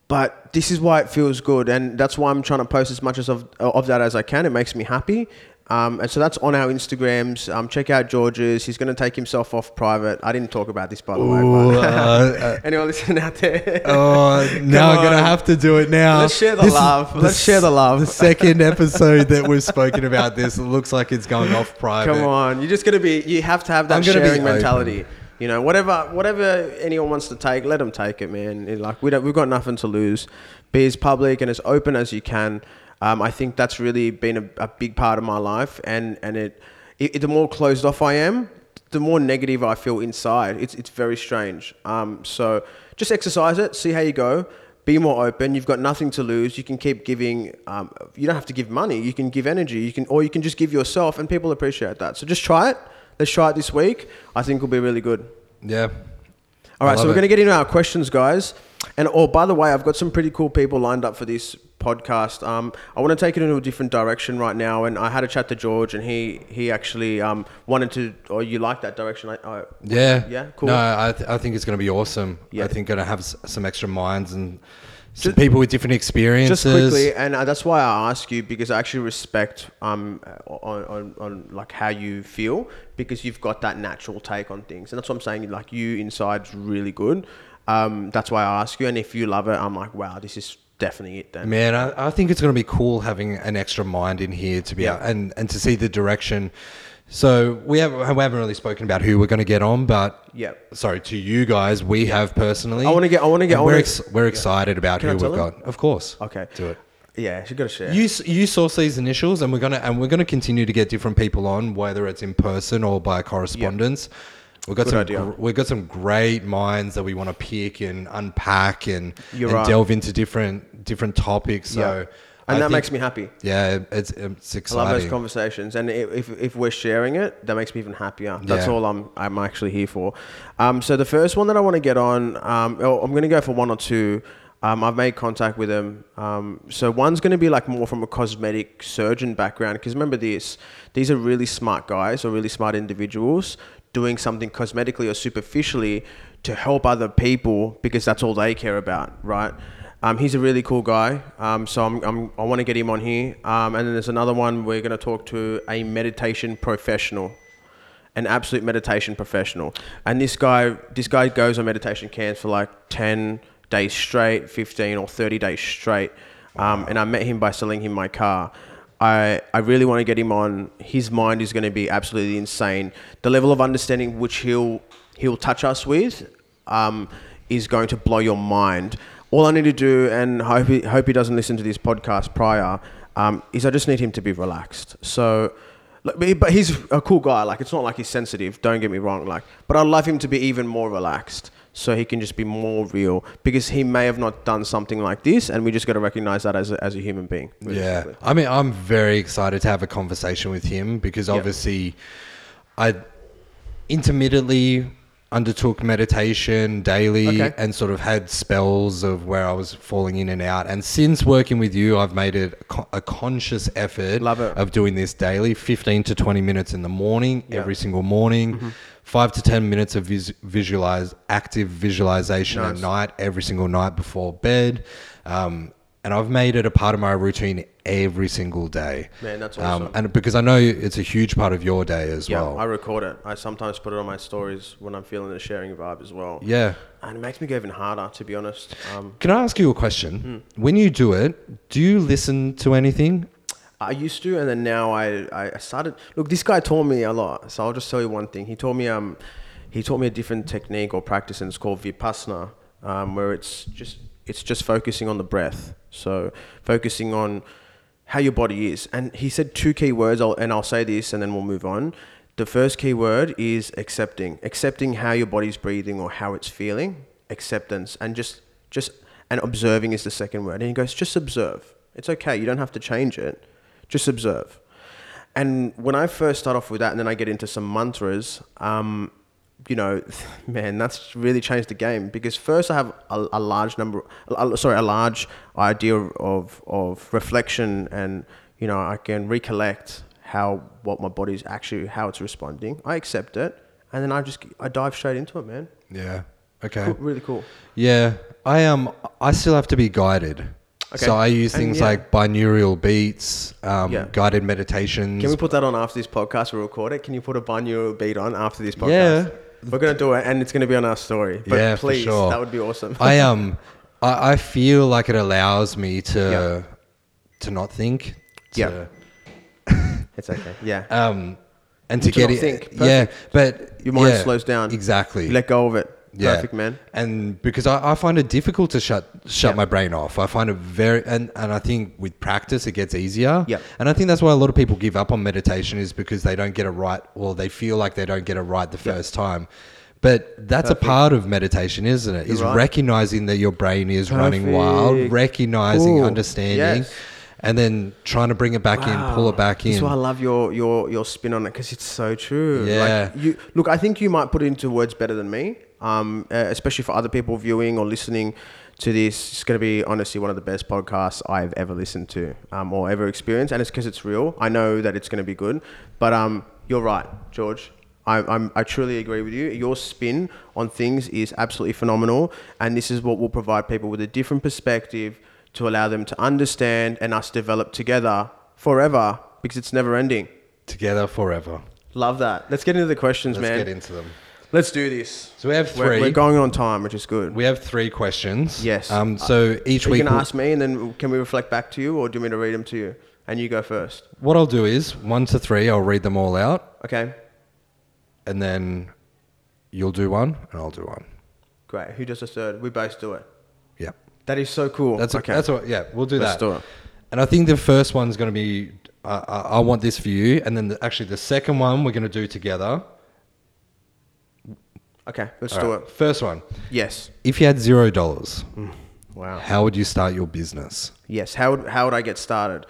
[SPEAKER 1] But this is why it feels good, and that's why I'm trying to post as much as of, of that as I can. It makes me happy, um, and so that's on our Instagrams. Um, check out George's. He's going to take himself off private. I didn't talk about this by the way.
[SPEAKER 2] Ooh,
[SPEAKER 1] But
[SPEAKER 2] uh,
[SPEAKER 1] [LAUGHS] anyone listening out there?
[SPEAKER 2] uh,
[SPEAKER 1] [LAUGHS]
[SPEAKER 2] oh, now I'm gonna
[SPEAKER 1] on.
[SPEAKER 2] have to do it now.
[SPEAKER 1] Let's share the
[SPEAKER 2] This is
[SPEAKER 1] love.
[SPEAKER 2] the
[SPEAKER 1] Let's share the love.
[SPEAKER 2] The second episode that we've spoken about this it looks like it's going off
[SPEAKER 1] [LAUGHS]
[SPEAKER 2] private.
[SPEAKER 1] Come on, you're just going to be. You have to have
[SPEAKER 2] I'm
[SPEAKER 1] that
[SPEAKER 2] gonna be
[SPEAKER 1] sharing
[SPEAKER 2] open.
[SPEAKER 1] mentality. You know, whatever whatever anyone wants to take, let them take it, man. It- like we don't, we've got nothing to lose. Be as public and as open as you can. Um, I think that's really been a, a big part of my life, and and it, it the more closed off I am, the more negative I feel inside. It's it's very strange. Um, so just exercise it, see how you go. Be more open. You've got nothing to lose. You can keep giving. Um, you don't have to give money. You can give energy. You can, or you can just give yourself, and people appreciate that. So just try it. Let's try it this week. I think it'll be really good.
[SPEAKER 2] Yeah.
[SPEAKER 1] All
[SPEAKER 2] I
[SPEAKER 1] right, so
[SPEAKER 2] love
[SPEAKER 1] we're
[SPEAKER 2] it.
[SPEAKER 1] going to get into our questions, guys. And oh, by the way, I've got some pretty cool people lined up for this podcast. Um, I want to take it into a different direction right now. And I had a chat to George, and he he actually um, wanted to. Or you like that direction? I, I,
[SPEAKER 2] Yeah.
[SPEAKER 1] Yeah, cool.
[SPEAKER 2] No, I, th- I think it's going to be awesome.
[SPEAKER 1] Yeah.
[SPEAKER 2] I think going to have s- some extra minds and some people with different experiences.
[SPEAKER 1] just quickly, and uh, that's why I ask you because I actually respect um on, on, on like how you feel because you've got that natural take on things, and that's what I'm saying. Like you inside's really good. Um, that's why I ask you, and if you love it, I'm like, wow, this is definitely it. Then
[SPEAKER 2] Man, I, I think it's going to be cool having an extra mind in here to be
[SPEAKER 1] Yeah.
[SPEAKER 2] out and, and to see the direction. So we have we haven't really spoken about who we're going to get on, but
[SPEAKER 1] Yeah.
[SPEAKER 2] sorry to you guys, we have personally.
[SPEAKER 1] I wanna get- I wanna get-
[SPEAKER 2] And
[SPEAKER 1] I
[SPEAKER 2] We're
[SPEAKER 1] wanna-
[SPEAKER 2] ex- we're excited about
[SPEAKER 1] I
[SPEAKER 2] who
[SPEAKER 1] tell
[SPEAKER 2] we've
[SPEAKER 1] them?
[SPEAKER 2] got, of course.
[SPEAKER 1] Okay,
[SPEAKER 2] Mm. do it.
[SPEAKER 1] Yeah, she got to share.
[SPEAKER 2] You s- you source these initials, and we're gonna and we're gonna continue to get different people on, whether it's in person or by correspondence. We've got
[SPEAKER 1] Good
[SPEAKER 2] some
[SPEAKER 1] idea.
[SPEAKER 2] gr- we've got some great minds that we want to pick and unpack and,
[SPEAKER 1] You're
[SPEAKER 2] and
[SPEAKER 1] right.
[SPEAKER 2] delve into different different topics. So
[SPEAKER 1] Yeah. and
[SPEAKER 2] I
[SPEAKER 1] that
[SPEAKER 2] think-
[SPEAKER 1] makes me happy.
[SPEAKER 2] yeah, it's it's
[SPEAKER 1] I
[SPEAKER 2] exciting.
[SPEAKER 1] love those conversations, and i- if if we're sharing it, that makes me even happier. That's
[SPEAKER 2] Yeah.
[SPEAKER 1] all I'm I'm actually here for. Um, so the first one that I want to get on, um, oh, I'm going to go for one or two. Um, I've made contact with them. Um, so one's going to be like more from a cosmetic surgeon background because remember this, these are really smart guys or really smart individuals doing something cosmetically or superficially to help other people because that's all they care about, right? Um, he's a really cool guy, um, so I'm, I'm, I want to get him on here. Um, and then there's another one we're going to talk to a meditation professional, an absolute meditation professional. And this guy, this guy goes on meditation camps for like ten days straight, fifteen or thirty days straight. um, and I met him by selling him my car. I, I really want to get him on. His mind is going to be absolutely insane. The level of understanding which he'll he'll touch us with um, is going to blow your mind. All I need to do, and hope he, hope he doesn't listen to this podcast prior, um, is I just need him to be relaxed. So, like, but he- but he's a cool guy. Like it's not like he's sensitive. Don't get me wrong. Like, but I'd love him to be even more relaxed so he can just be more real because he may have not done something like this, and we just got to recognize that as a, as a human being.
[SPEAKER 2] Yeah.
[SPEAKER 1] realistically.
[SPEAKER 2] I mean, I'm very excited to have a conversation with him because obviously I intermittently undertook meditation daily
[SPEAKER 1] Okay.
[SPEAKER 2] and sort of had spells of where I was falling in and out. And since working with you, I've made it a co- a conscious effort
[SPEAKER 1] Love it.
[SPEAKER 2] of doing this daily 15 to 20 minutes in the morning,
[SPEAKER 1] Yeah. Mm-hmm.
[SPEAKER 2] every single morning. Five to 10 minutes of vis- visualize, active visualization at
[SPEAKER 1] Nice.
[SPEAKER 2] night, every single night before bed. Um, and I've made it a part of my routine every single day. Um,
[SPEAKER 1] Man, that's awesome.
[SPEAKER 2] and because I know it's a huge part of your day as
[SPEAKER 1] Yeah,
[SPEAKER 2] well.
[SPEAKER 1] I record it. I sometimes put it on my stories when I'm feeling the sharing vibe as well.
[SPEAKER 2] yeah.
[SPEAKER 1] And it makes me go even harder, to be honest. Um,
[SPEAKER 2] Can I ask you a question?
[SPEAKER 1] Hmm.
[SPEAKER 2] When you do it, do you listen to anything?
[SPEAKER 1] I used to, and then now I, I started. Look, this guy taught me a lot. So I'll just tell you one thing. He taught me um, he taught me a different technique or practice, and it's called vipassana, um, where it's just it's just focusing on the breath. So focusing on how your body is. And he said two key words, I'll, and I'll say this, and then we'll move on. The first key word is accepting. Accepting how your body's breathing or how it's feeling. Acceptance, and just just and observing is the second word. And he goes, just observe. It's okay. You don't have to change it. Just observe. And when I first start off with that, and then I get into some mantras, um, you know, [LAUGHS] man, that's really changed the game because first I have a, a large number, a- sorry, a large idea of of reflection, and you know, I can recollect how what my body's actually how it's responding. I accept it, and then I just I dive straight into it, man.
[SPEAKER 2] Yeah. Okay.
[SPEAKER 1] Cool, really cool.
[SPEAKER 2] Yeah, I um, I still have to be guided.
[SPEAKER 1] Okay.
[SPEAKER 2] So I use
[SPEAKER 1] And
[SPEAKER 2] things
[SPEAKER 1] yeah.
[SPEAKER 2] like binaural beats, um,
[SPEAKER 1] Yeah.
[SPEAKER 2] guided meditations.
[SPEAKER 1] Can we put that on after this podcast? We'll record it. Can you put a binaural beat on after this podcast?
[SPEAKER 2] Yeah.
[SPEAKER 1] We're going to do it and it's going to be on our story. But
[SPEAKER 2] Yeah, for
[SPEAKER 1] please,
[SPEAKER 2] sure.
[SPEAKER 1] that would be awesome.
[SPEAKER 2] I um, I, I feel like it allows me to
[SPEAKER 1] Yeah.
[SPEAKER 2] to not think. To,
[SPEAKER 1] Yeah. [LAUGHS] it's okay. Yeah.
[SPEAKER 2] Um, and to,
[SPEAKER 1] To
[SPEAKER 2] get
[SPEAKER 1] not
[SPEAKER 2] it.
[SPEAKER 1] think.
[SPEAKER 2] Yeah, but
[SPEAKER 1] Your mind
[SPEAKER 2] yeah,
[SPEAKER 1] slows down.
[SPEAKER 2] Exactly.
[SPEAKER 1] You let go of it.
[SPEAKER 2] Yeah.
[SPEAKER 1] Perfect, man.
[SPEAKER 2] And because I, I find it difficult to shut shut
[SPEAKER 1] Yeah.
[SPEAKER 2] my brain off. I find it very and, and I think with practice it gets easier.
[SPEAKER 1] Yeah.
[SPEAKER 2] And I think that's why a lot of people give up on meditation is because they don't get it right or they feel like they don't get it right the first time. But that's a part of meditation, isn't it? Is
[SPEAKER 1] right.
[SPEAKER 2] recognizing that your brain is running wild,
[SPEAKER 1] Perfect.
[SPEAKER 2] recognizing,
[SPEAKER 1] Cool.
[SPEAKER 2] understanding,
[SPEAKER 1] Yes.
[SPEAKER 2] and then trying to bring it back in, pull it back
[SPEAKER 1] That's
[SPEAKER 2] in.
[SPEAKER 1] why I love your your your spin on it because it's so true.
[SPEAKER 2] Yeah.
[SPEAKER 1] Like you look, I think you might put it into words better than me. Um, uh, especially for other people viewing or listening to this, it's going to be honestly one of the best podcasts I've ever listened to um, or ever experienced, and it's because it's real. I know that it's going to be good, but um, you're right, George. I, I'm, I truly agree with you. Your spin on things is absolutely phenomenal, and this is what will provide people with a different perspective to allow them to understand and us develop together forever because it's never ending.
[SPEAKER 2] Together forever.
[SPEAKER 1] Love that. Let's get into the questions,
[SPEAKER 2] Let's
[SPEAKER 1] man.
[SPEAKER 2] get into them.
[SPEAKER 1] Let's do this.
[SPEAKER 2] So we have 3
[SPEAKER 1] We're, we're going on time, which is good.
[SPEAKER 2] We have three questions.
[SPEAKER 1] Yes.
[SPEAKER 2] Um. So each
[SPEAKER 1] you
[SPEAKER 2] week,
[SPEAKER 1] can
[SPEAKER 2] we'll-
[SPEAKER 1] ask me, and then can we reflect back to you, or do you want me to read them to you? And you go first.
[SPEAKER 2] what I'll do is one to three. I'll read them all out,
[SPEAKER 1] Okay.
[SPEAKER 2] and then you'll do one, and I'll do one.
[SPEAKER 1] Great. Who does the third? We both do it.
[SPEAKER 2] Yeah.
[SPEAKER 1] That is so cool.
[SPEAKER 2] That's okay. That's what. Yeah, we'll do
[SPEAKER 1] Let's
[SPEAKER 2] that.
[SPEAKER 1] do it.
[SPEAKER 2] And I think the first one's going to be. I I, I want this for you, and then the, actually the second one we're going to do together.
[SPEAKER 1] okay. Let's
[SPEAKER 2] All
[SPEAKER 1] do
[SPEAKER 2] right,
[SPEAKER 1] it. Mm.
[SPEAKER 2] First one.
[SPEAKER 1] Yes.
[SPEAKER 2] If you had zero dollars,
[SPEAKER 1] Wow.
[SPEAKER 2] how would you start your business?
[SPEAKER 1] Yes. How would, how would I get started?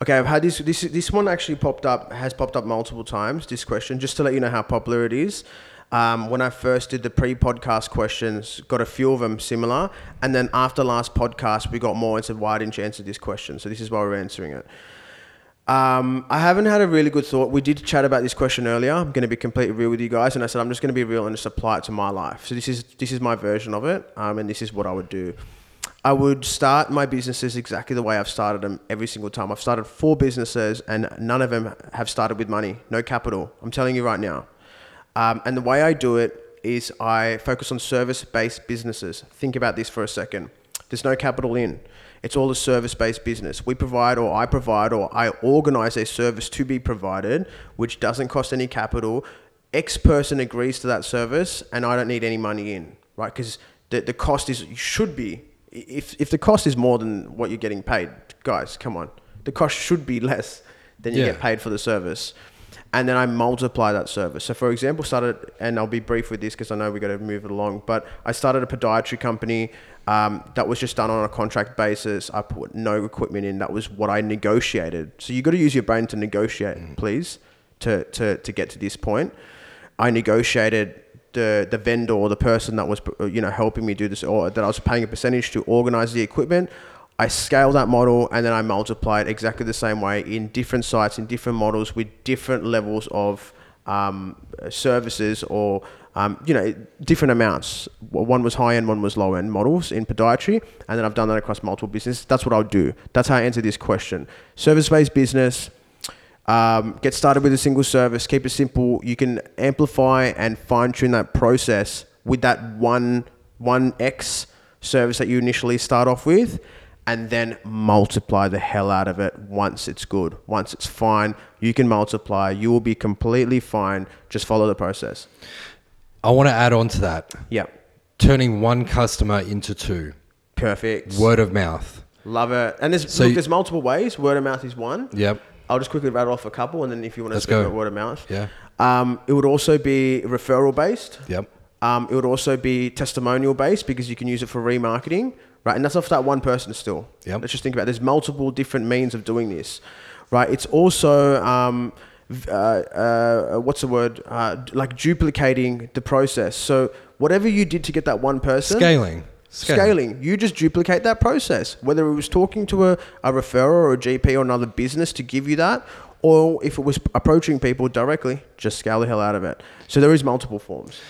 [SPEAKER 1] Okay, I've had this this this one actually popped up has popped up multiple times. This question, just to let you know how popular it is. Um, when I first did the pre-podcast questions, got a few of them similar, and then after last podcast, we got more and said, "Why didn't you answer this question?" So this is why we're answering it. Um, I haven't had a really good thought. We did chat about this question earlier. I'm going to be completely real with you guys, and I said I'm just going to be real and just apply it to my life. So this is this is my version of it, um, and this is what I would do. I would start my businesses exactly the way I've started them every single time. I've started four businesses, and none of them have started with money, no capital. I'm telling you right now. Um, and the way I do it is I focus on service based businesses. Think about this for a second. There's no capital in. It's all a service based business. We provide, or I provide, or I organize a service to be provided, which doesn't cost any capital. X person agrees to that service, and I don't need any money in, right? Because the, the cost is should be if if the cost is more than what you're getting paid, guys, come on, the cost should be less than you
[SPEAKER 2] Yeah.
[SPEAKER 1] get paid for the service, and then I multiply that service. So, for example, started, and I'll be brief with this because I know we got to move it along. But I started a podiatry company um, that was just done on a contract basis. I put no equipment in. That was what I negotiated. So you got to use your brain to negotiate, please, to to to get to this point. I negotiated the the vendor or the person that was uh, you know helping me do this or that I was paying a percentage to organize the equipment. I scaled that model and then I multiplied exactly the same way in different sites, in different models, with different levels of um, services or um, you know different amounts. One was high end, one was low end models in podiatry, and then I've done that across multiple businesses. That's what I'll do. That's how I answer this question. Service based business. Um, get started with a single service, keep it simple. You can amplify and fine tune that process with that one one X service that you initially start off with, and then multiply the hell out of it once it's good. Once it's fine, you can multiply. You will be completely fine. Just follow the process.
[SPEAKER 2] I want to add on to that.
[SPEAKER 1] Yeah,
[SPEAKER 2] Turning one customer into two.
[SPEAKER 1] perfect.
[SPEAKER 2] Word of mouth.
[SPEAKER 1] Love it. And there's
[SPEAKER 2] So
[SPEAKER 1] look,
[SPEAKER 2] you-
[SPEAKER 1] there's multiple ways. Word of mouth is one.
[SPEAKER 2] Yep.
[SPEAKER 1] I'll just quickly rattle off a couple, and then if you want to
[SPEAKER 2] Let's
[SPEAKER 1] speak
[SPEAKER 2] go.
[SPEAKER 1] about word of mouth,
[SPEAKER 2] Yeah.
[SPEAKER 1] Um, it would also be referral based.
[SPEAKER 2] Yep.
[SPEAKER 1] Um, it would also be testimonial based because you can use it for remarketing, right? And that's not for that one person still.
[SPEAKER 2] Yep.
[SPEAKER 1] Let's just think about it. there's multiple different means of doing this, right? It's also um, v- uh, uh, what's the word? Uh, d- like duplicating the process. So whatever you did to get that one person,
[SPEAKER 2] Scaling.
[SPEAKER 1] scaling. You just duplicate that process, whether it was talking to a, a referrer or a GP or another business to give you that, or if it was approaching people directly, just scale the hell out of it. So there is multiple forms.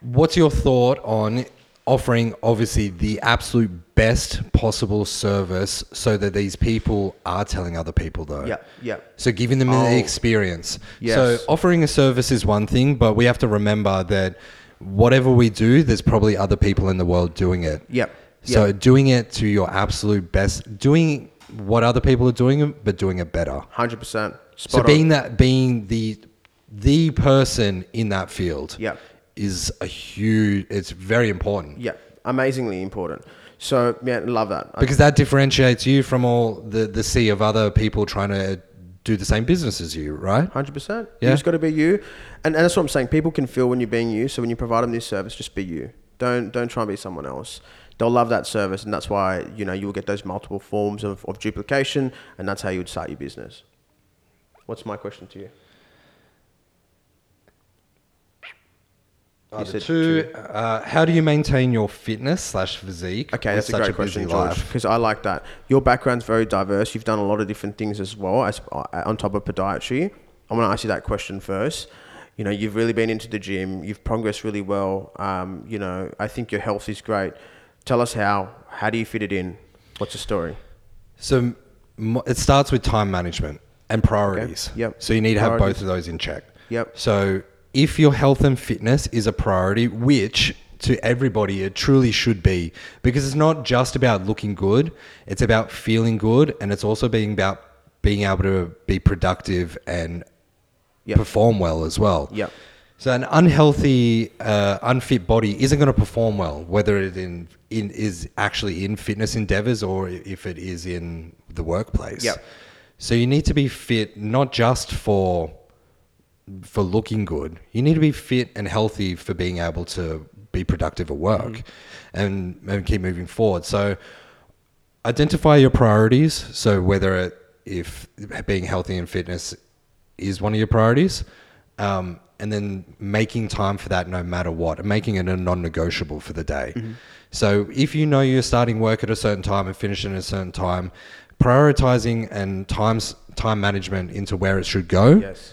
[SPEAKER 2] What's your thought on offering obviously the absolute best possible service so that these people are telling other people though?
[SPEAKER 1] Yeah, yeah.
[SPEAKER 2] So giving them
[SPEAKER 1] Oh.
[SPEAKER 2] the experience.
[SPEAKER 1] Yes.
[SPEAKER 2] So offering a service is one thing, but we have to remember that whatever we do, there's probably other people in the world doing it.
[SPEAKER 1] Yep.
[SPEAKER 2] So doing it to your absolute best, doing what other people are doing, but doing it better.
[SPEAKER 1] Hundred percent. Spot
[SPEAKER 2] so
[SPEAKER 1] on.
[SPEAKER 2] being that being the the person in that field
[SPEAKER 1] Yep.
[SPEAKER 2] is a huge it's very important
[SPEAKER 1] yeah, amazingly important. So yeah, love that. I-
[SPEAKER 2] because that differentiates you from all the the sea of other people trying to do the same business as you right
[SPEAKER 1] Hundred percent. You
[SPEAKER 2] Yeah.
[SPEAKER 1] just got to be you, and, and that's what I'm saying. People can feel when you're being you. So when you provide them this service, just be you. Don't don't try and be someone else. They'll love that service, and that's why you know you'll get those multiple forms of, of duplication, and that's how you would start your business. What's my question to you?
[SPEAKER 2] Uh,
[SPEAKER 1] You
[SPEAKER 2] the
[SPEAKER 1] said
[SPEAKER 2] two, Uh, how do you maintain your fitness slash physique
[SPEAKER 1] Okay, that's
[SPEAKER 2] with
[SPEAKER 1] a
[SPEAKER 2] such
[SPEAKER 1] great
[SPEAKER 2] busy
[SPEAKER 1] question, George, because I like that. Your background's very diverse. You've done a lot of different things as well, as uh, on top of podiatry. I want to ask you that question first. You know, you've really been into the gym. You've progressed really well. Um, you know, I think your health is great. Tell us how. How do you fit it in? What's the story?
[SPEAKER 2] So m- it starts with time management and priorities.
[SPEAKER 1] Okay, yep.
[SPEAKER 2] So you need to have
[SPEAKER 1] Priorities.
[SPEAKER 2] both of those in check.
[SPEAKER 1] Yep.
[SPEAKER 2] So if your health and fitness is a priority, which to everybody it truly should be, because it's not just about looking good, it's about feeling good, and it's also being about being able to be productive and
[SPEAKER 1] Yep.
[SPEAKER 2] perform well as well.
[SPEAKER 1] Yep.
[SPEAKER 2] So an unhealthy, uh, unfit body isn't going to perform well, whether it in, in is actually in fitness endeavors or if it is in the workplace.
[SPEAKER 1] Yep.
[SPEAKER 2] So you need to be fit not just for for looking good. You need to be fit and healthy for being able to be productive at work and, and keep moving forward. So identify your priorities. So whether it, if being healthy and fitness is one of your priorities, um, and then making time for that no matter what, and making it a non-negotiable for the day. So if you know you're starting work at a certain time and finishing at a certain time, prioritizing and times time management into where it should go
[SPEAKER 1] Yes.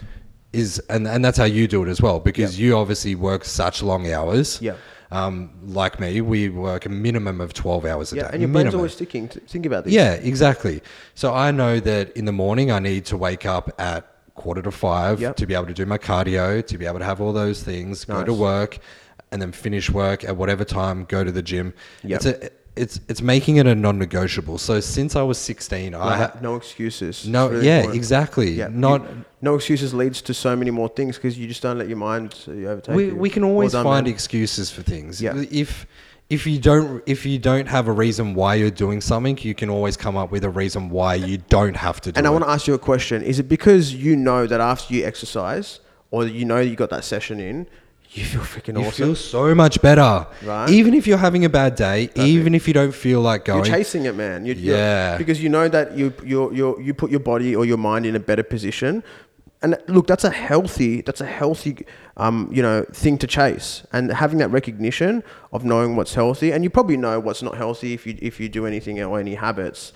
[SPEAKER 2] is and, and that's how you do it as well because you obviously work such long hours.
[SPEAKER 1] Yeah.
[SPEAKER 2] Um, like me, we work a minimum of twelve hours a
[SPEAKER 1] Yeah,
[SPEAKER 2] day.
[SPEAKER 1] and your brain's
[SPEAKER 2] minimum.
[SPEAKER 1] always sticking. To, think about this.
[SPEAKER 2] Yeah, exactly. So I know that in the morning I need to wake up at quarter to five
[SPEAKER 1] Yep.
[SPEAKER 2] to be able to do my cardio, to be able to have all those things, go to
[SPEAKER 1] Nice.
[SPEAKER 2] work, and then finish work at whatever time, go to the gym.
[SPEAKER 1] Yep.
[SPEAKER 2] It's a it's it's making it a non-negotiable. So since I was 16, I
[SPEAKER 1] Like,
[SPEAKER 2] ha-
[SPEAKER 1] no excuses.
[SPEAKER 2] no
[SPEAKER 1] It's really
[SPEAKER 2] yeah,
[SPEAKER 1] important.
[SPEAKER 2] exactly.
[SPEAKER 1] Yeah,
[SPEAKER 2] Not
[SPEAKER 1] you- no excuses leads to so many more things because you just don't let your mind uh, overtake
[SPEAKER 2] we,
[SPEAKER 1] you.
[SPEAKER 2] we can always
[SPEAKER 1] Well done,
[SPEAKER 2] find
[SPEAKER 1] man.
[SPEAKER 2] excuses for things.
[SPEAKER 1] Yeah.
[SPEAKER 2] If if you don't if you don't have a reason why you're doing something, you can always come up with a reason why you don't have to do
[SPEAKER 1] And
[SPEAKER 2] it.
[SPEAKER 1] I want to ask you a question: Is it because you know that after you exercise, or you know you got that session in, you feel freaking
[SPEAKER 2] you
[SPEAKER 1] awesome?
[SPEAKER 2] feel so much better.
[SPEAKER 1] Right.
[SPEAKER 2] Even if you're having a bad day, even if you don't feel like
[SPEAKER 1] You're
[SPEAKER 2] going.
[SPEAKER 1] chasing it, man. You're, you're-
[SPEAKER 2] Yeah.
[SPEAKER 1] because you know that you you you you put your body or your mind in a better position. And look, that's a healthy that's a healthy um, you know thing to chase. And having that recognition of knowing what's healthy, and you probably know what's not healthy if you if you do anything or any habits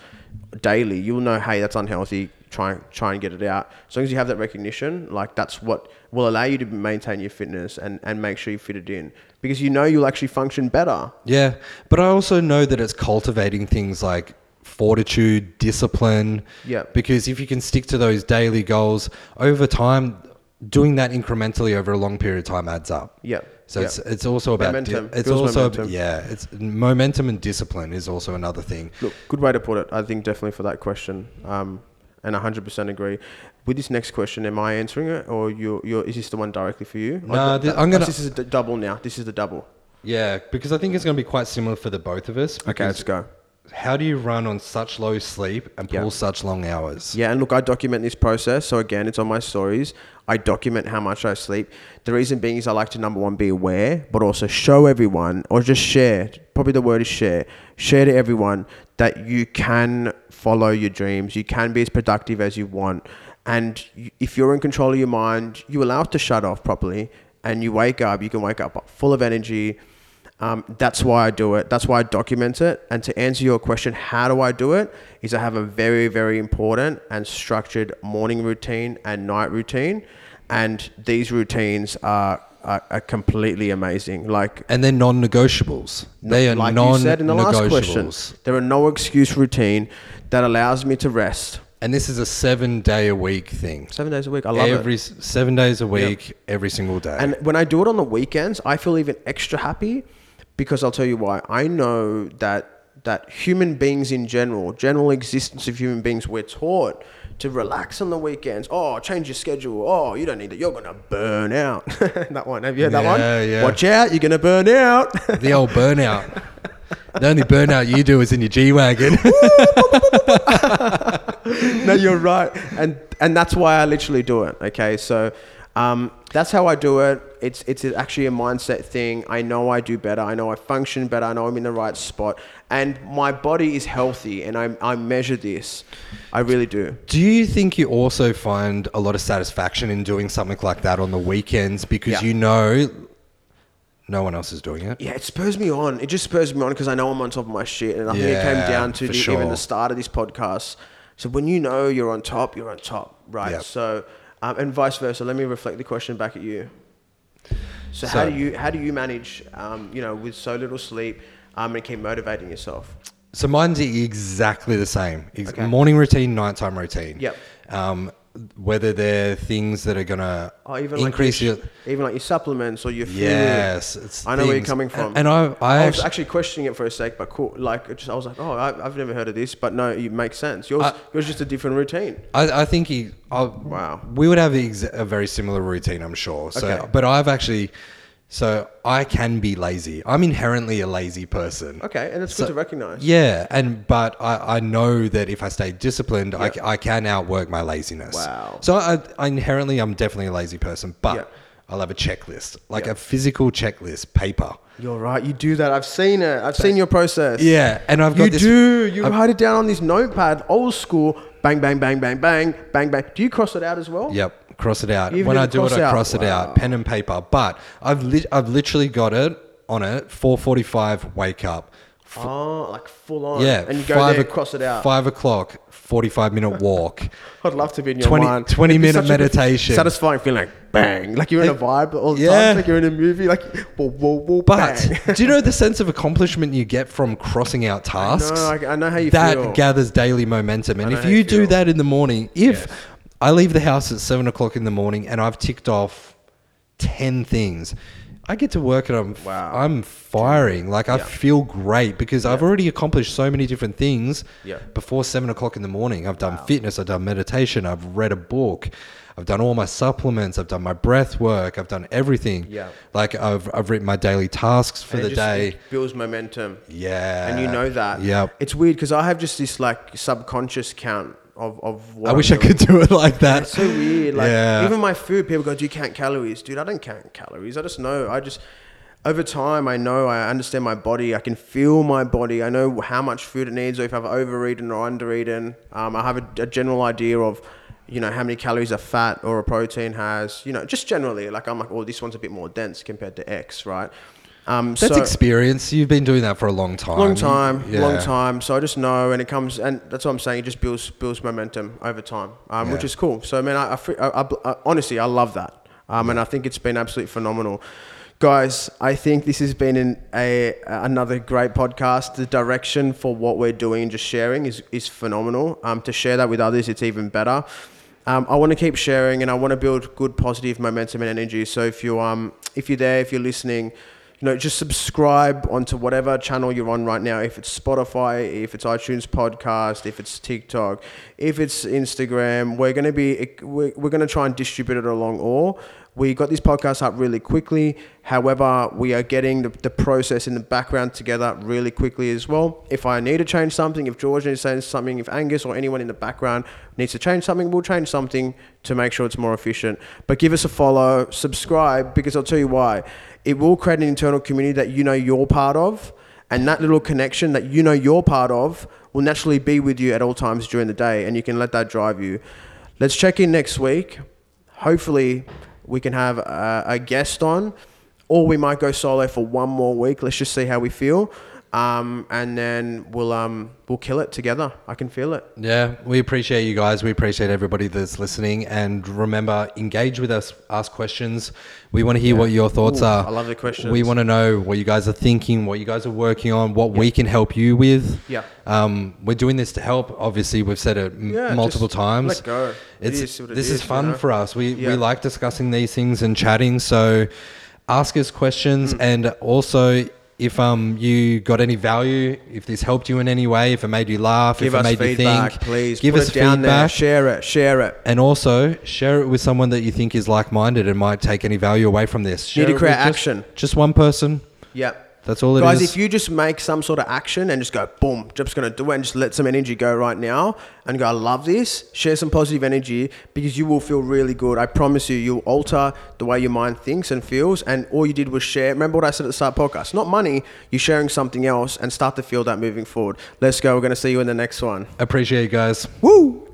[SPEAKER 1] daily, you'll know hey that's unhealthy. Try and try and get it out. As long as you have that recognition, like that's what will allow you to maintain your fitness and and make sure you fit it in because you know you'll actually function better.
[SPEAKER 2] yeah. But I also know that it's cultivating things like fortitude, discipline.
[SPEAKER 1] Yeah.
[SPEAKER 2] Because if you can stick to those daily goals over time, doing that incrementally over a long period of time adds up.
[SPEAKER 1] Yeah.
[SPEAKER 2] So
[SPEAKER 1] Yeah.
[SPEAKER 2] it's it's also about di-
[SPEAKER 1] Momentum.
[SPEAKER 2] it's
[SPEAKER 1] Builds
[SPEAKER 2] also
[SPEAKER 1] momentum.
[SPEAKER 2] yeah, it's momentum and discipline is also another thing.
[SPEAKER 1] Look, good way to put it. I think definitely for that question, um, and hundred percent agree. With this next question, am I answering it, or you? You're, is this the one directly for you?
[SPEAKER 2] No, thi- I'm gonna-
[SPEAKER 1] This is a d- double now. This is the double.
[SPEAKER 2] Yeah, because I think it's going to be quite similar for the both of us.
[SPEAKER 1] Okay,
[SPEAKER 2] because
[SPEAKER 1] let's go.
[SPEAKER 2] How do you run on such low sleep and pull
[SPEAKER 1] Yeah.
[SPEAKER 2] such long hours?
[SPEAKER 1] Yeah, and look, I document this process. So again, it's on my stories. I document how much I sleep. The reason being is I like to number one be aware, but also show everyone or just share. Probably the word is share. Share to everyone that you can follow your dreams. You can be as productive as you want. And you- if you're in control of your mind, you allow it to shut off properly, and you wake up. You can wake up full of energy. Um, that's why I do it. That's why I document it. And to answer your question, how do I do it? Is I have a very, very important and structured morning routine and night routine. And these routines are, are, are completely amazing. Like,
[SPEAKER 2] And they're non-negotiables. They are
[SPEAKER 1] like you said in the last question,
[SPEAKER 2] non-negotiables.
[SPEAKER 1] there are no excuse routine that allows me to rest
[SPEAKER 2] And this is a seven-day-a-week thing.
[SPEAKER 1] seven days a week. I love it.
[SPEAKER 2] Every s seven days a week, every single day.
[SPEAKER 1] And when I do it on the weekends, I feel even extra happy because I'll tell you why. I know that that human beings in general, general existence of human beings, we're taught to relax on the weekends. Oh, change your schedule. Oh, you don't need it. You're gonna burn out. [LAUGHS] that one. Have you heard that one?
[SPEAKER 2] Yeah, yeah.
[SPEAKER 1] Watch out, you're gonna burn out. [LAUGHS]
[SPEAKER 2] the old burnout. the only burnout you do is in your G wagon.
[SPEAKER 1] no, you're right, and and that's why I literally do it. Okay, so um, that's how I do it. It's it's actually a mindset thing. I know I do better. I know I function better. I know I'm in the right spot, and my body is healthy, and I I measure this. I really do.
[SPEAKER 2] Do you think you also find a lot of satisfaction in doing something like that on the weekends because
[SPEAKER 1] Yeah.
[SPEAKER 2] you know no one else is doing it?
[SPEAKER 1] Yeah, it spurs me on. It just spurs me on because I know I'm on top of my shit, and I think it
[SPEAKER 2] Yeah,
[SPEAKER 1] came down to
[SPEAKER 2] for
[SPEAKER 1] the,
[SPEAKER 2] sure.
[SPEAKER 1] even the start of this podcast. So when you know you're on top, you're on top, right?
[SPEAKER 2] Yep.
[SPEAKER 1] So um, and vice versa. Let me reflect the question back at you. So, how
[SPEAKER 2] So-
[SPEAKER 1] do you how do you manage, um, you know, with so little sleep, um, and keep motivating yourself?
[SPEAKER 2] So mine's e-, exactly the same. Ex-
[SPEAKER 1] Okay.
[SPEAKER 2] Morning routine, nighttime routine.
[SPEAKER 1] Yep.
[SPEAKER 2] Um, whether they're things that are going to
[SPEAKER 1] Or Oh, even
[SPEAKER 2] increase
[SPEAKER 1] like your,
[SPEAKER 2] your.
[SPEAKER 1] even like your supplements or your food.
[SPEAKER 2] Yes. It's
[SPEAKER 1] I know where you're
[SPEAKER 2] things.
[SPEAKER 1] coming from.
[SPEAKER 2] And, and I, I,
[SPEAKER 1] I was
[SPEAKER 2] actually,
[SPEAKER 1] actually questioning it for a sec, but cool. Like, it just, I was like, oh, I, I've never heard of this, but no, it makes sense. Yours, yours is just a different routine.
[SPEAKER 2] I, I think he. I,
[SPEAKER 1] Wow.
[SPEAKER 2] We would have the ex- a very similar routine, I'm sure. So,
[SPEAKER 1] Okay.
[SPEAKER 2] But I've actually. So I can be lazy. I'm inherently a lazy person.
[SPEAKER 1] Okay, and it's
[SPEAKER 2] So-
[SPEAKER 1] good to recognize.
[SPEAKER 2] Yeah, and but I, I know that if I stay disciplined, I c I I, can outwork my laziness.
[SPEAKER 1] Wow.
[SPEAKER 2] So I, I inherently I'm definitely a lazy person, but
[SPEAKER 1] Yeah.
[SPEAKER 2] I'll have a checklist, like
[SPEAKER 1] Yeah.
[SPEAKER 2] a physical checklist, paper.
[SPEAKER 1] You're right. You do that. I've seen it. I've seen your process.
[SPEAKER 2] Yeah, and I've got
[SPEAKER 1] You
[SPEAKER 2] this.
[SPEAKER 1] do. You
[SPEAKER 2] I've-
[SPEAKER 1] write it down on this notepad, old school. Bang, bang, bang, bang, bang, bang, bang. Do you cross it out as well?
[SPEAKER 2] Yep, cross it out.
[SPEAKER 1] Even
[SPEAKER 2] when
[SPEAKER 1] if
[SPEAKER 2] I
[SPEAKER 1] you
[SPEAKER 2] do it,
[SPEAKER 1] cross
[SPEAKER 2] I
[SPEAKER 1] out-
[SPEAKER 2] cross it out, pen and paper. But I've lit I've literally got it on it. Four forty five, wake up.
[SPEAKER 1] Oh, like full on.
[SPEAKER 2] Yeah,
[SPEAKER 1] And you go there,
[SPEAKER 2] o-
[SPEAKER 1] cross it out.
[SPEAKER 2] Five o'clock, forty five minute walk.
[SPEAKER 1] I'd love to be in your
[SPEAKER 2] 20
[SPEAKER 1] mind.
[SPEAKER 2] 20
[SPEAKER 1] It'd be
[SPEAKER 2] minute
[SPEAKER 1] such a
[SPEAKER 2] meditation.
[SPEAKER 1] satisfying feeling like bang. Like you're in a vibe all the
[SPEAKER 2] Yeah.
[SPEAKER 1] time. Like you're in a movie. Like whoa, whoa, whoa,
[SPEAKER 2] [LAUGHS] But
[SPEAKER 1] [LAUGHS] bang.
[SPEAKER 2] do you know the sense of accomplishment you get from crossing out tasks?
[SPEAKER 1] I- I know how you
[SPEAKER 2] that
[SPEAKER 1] feel.
[SPEAKER 2] gathers daily momentum, and
[SPEAKER 1] know
[SPEAKER 2] if
[SPEAKER 1] how you
[SPEAKER 2] you do
[SPEAKER 1] feel.
[SPEAKER 2] that in the morning, if I leave the house at seven o'clock in the morning and I've ticked off ten things, I get to work and I'm f-
[SPEAKER 1] Wow.
[SPEAKER 2] I'm firing. Like I
[SPEAKER 1] Yeah.
[SPEAKER 2] feel great because I've already accomplished so many different things.
[SPEAKER 1] Yeah.
[SPEAKER 2] Before seven o'clock in the morning, I've done fitness. I've done meditation. I've read a book. I've done all my supplements. I've done my breath work. I've done everything.
[SPEAKER 1] Yeah.
[SPEAKER 2] Like I've I've written my daily tasks for
[SPEAKER 1] And
[SPEAKER 2] the
[SPEAKER 1] it just-
[SPEAKER 2] day.
[SPEAKER 1] it builds momentum.
[SPEAKER 2] yeah.
[SPEAKER 1] and you know that.
[SPEAKER 2] Yep.
[SPEAKER 1] It's weird because I have just this like subconscious count of of what
[SPEAKER 2] I
[SPEAKER 1] I'm
[SPEAKER 2] wish I
[SPEAKER 1] doing.
[SPEAKER 2] could do it like that.
[SPEAKER 1] It's so weird. Like
[SPEAKER 2] Yeah.
[SPEAKER 1] even my food, people go, "Do you count calories, dude?" I don't count calories. I just know. I just over time, I know. I understand my body. I can feel my body. I know how much food it needs, or if I've overeaten or undereaten. Um, I have a, a general idea of. You know how many calories a fat or a protein has. You know, just generally, like I'm like, well, this one's a bit more dense compared to X, right? Um,
[SPEAKER 2] That's
[SPEAKER 1] so,
[SPEAKER 2] experience. You've been doing that for a long time.
[SPEAKER 1] long time,
[SPEAKER 2] Yeah.
[SPEAKER 1] long time. So I just know, and it comes, and that's what I'm saying. It just builds builds momentum over time, um, which
[SPEAKER 2] Yeah.
[SPEAKER 1] is cool. So man, I, I, fr- I, I bl- I- honestly I love that, um, and I think it's been absolutely phenomenal. Guys, I think this has been an, a another great podcast. The direction for what we're doing and just sharing is is phenomenal. Um, to share that with others, it's even better. Um, I want to keep sharing, and I want to build good positive momentum and energy. So if you um if you're there, if you're listening, you know, just subscribe onto whatever channel you're on right now. If it's Spotify, if it's iTunes podcast, if it's TikTok, if it's Instagram, we're going to be, we're, we're going to try and distribute it along all. We got this podcast up really quickly. However, we are getting the, the process in the background together really quickly as well. If I need to change something, if George needs to change something, if Angus or anyone in the background needs to change something, we'll change something to make sure it's more efficient. But give us a follow, subscribe, because I'll tell you why. It will create an internal community that you know you're part of, and that little connection that you know you're part of will naturally be with you at all times during the day, and you can let that drive you. Let's check in next week. Hopefully, we can have a, a guest on, or we might go solo for one more week. Let's just see how we feel, um, and then we'll um, we'll kill it together. I can feel it.
[SPEAKER 2] Yeah, we appreciate you guys. We appreciate everybody that's listening. And remember, engage with us, ask questions. We want to hear what your thoughts
[SPEAKER 1] Ooh,
[SPEAKER 2] are.
[SPEAKER 1] I love the questions.
[SPEAKER 2] We want to know what you guys are thinking, what you guys are working on, what we can help you with.
[SPEAKER 1] Yeah.
[SPEAKER 2] Um, we're doing this to help. Obviously, we've said it m-
[SPEAKER 1] Yeah,
[SPEAKER 2] multiple
[SPEAKER 1] just
[SPEAKER 2] times.
[SPEAKER 1] let go. It
[SPEAKER 2] It's,
[SPEAKER 1] is what it
[SPEAKER 2] this
[SPEAKER 1] is,
[SPEAKER 2] is fun
[SPEAKER 1] you know?
[SPEAKER 2] for us. We,
[SPEAKER 1] Yeah.
[SPEAKER 2] we like discussing these things and chatting. So ask us questions.
[SPEAKER 1] Mm.
[SPEAKER 2] And also, if um, you got any value, if this helped you in any way, if it made you laugh,
[SPEAKER 1] Give
[SPEAKER 2] if it
[SPEAKER 1] us
[SPEAKER 2] made
[SPEAKER 1] feedback,
[SPEAKER 2] you think,
[SPEAKER 1] please.
[SPEAKER 2] Give
[SPEAKER 1] Put
[SPEAKER 2] us
[SPEAKER 1] it down
[SPEAKER 2] feedback.
[SPEAKER 1] there. Share it. Share it.
[SPEAKER 2] And also share it with someone that you think is like-minded and might take any value away from this. Share
[SPEAKER 1] to
[SPEAKER 2] it with
[SPEAKER 1] create
[SPEAKER 2] just-
[SPEAKER 1] action.
[SPEAKER 2] Just, one person.
[SPEAKER 1] Yep.
[SPEAKER 2] That's all it is.
[SPEAKER 1] Guys, if you just make some sort of action and just go, boom, just going to do it and just let some energy go right now and go, I love this, share some positive energy because you will feel really good. I promise you, you'll alter the way your mind thinks and feels. And all you did was share. Remember what I said at the start of the podcast? Not money, you're sharing something else and start to feel that moving forward. Let's go. We're going to see you in the next one.
[SPEAKER 2] Appreciate you guys.
[SPEAKER 1] Woo!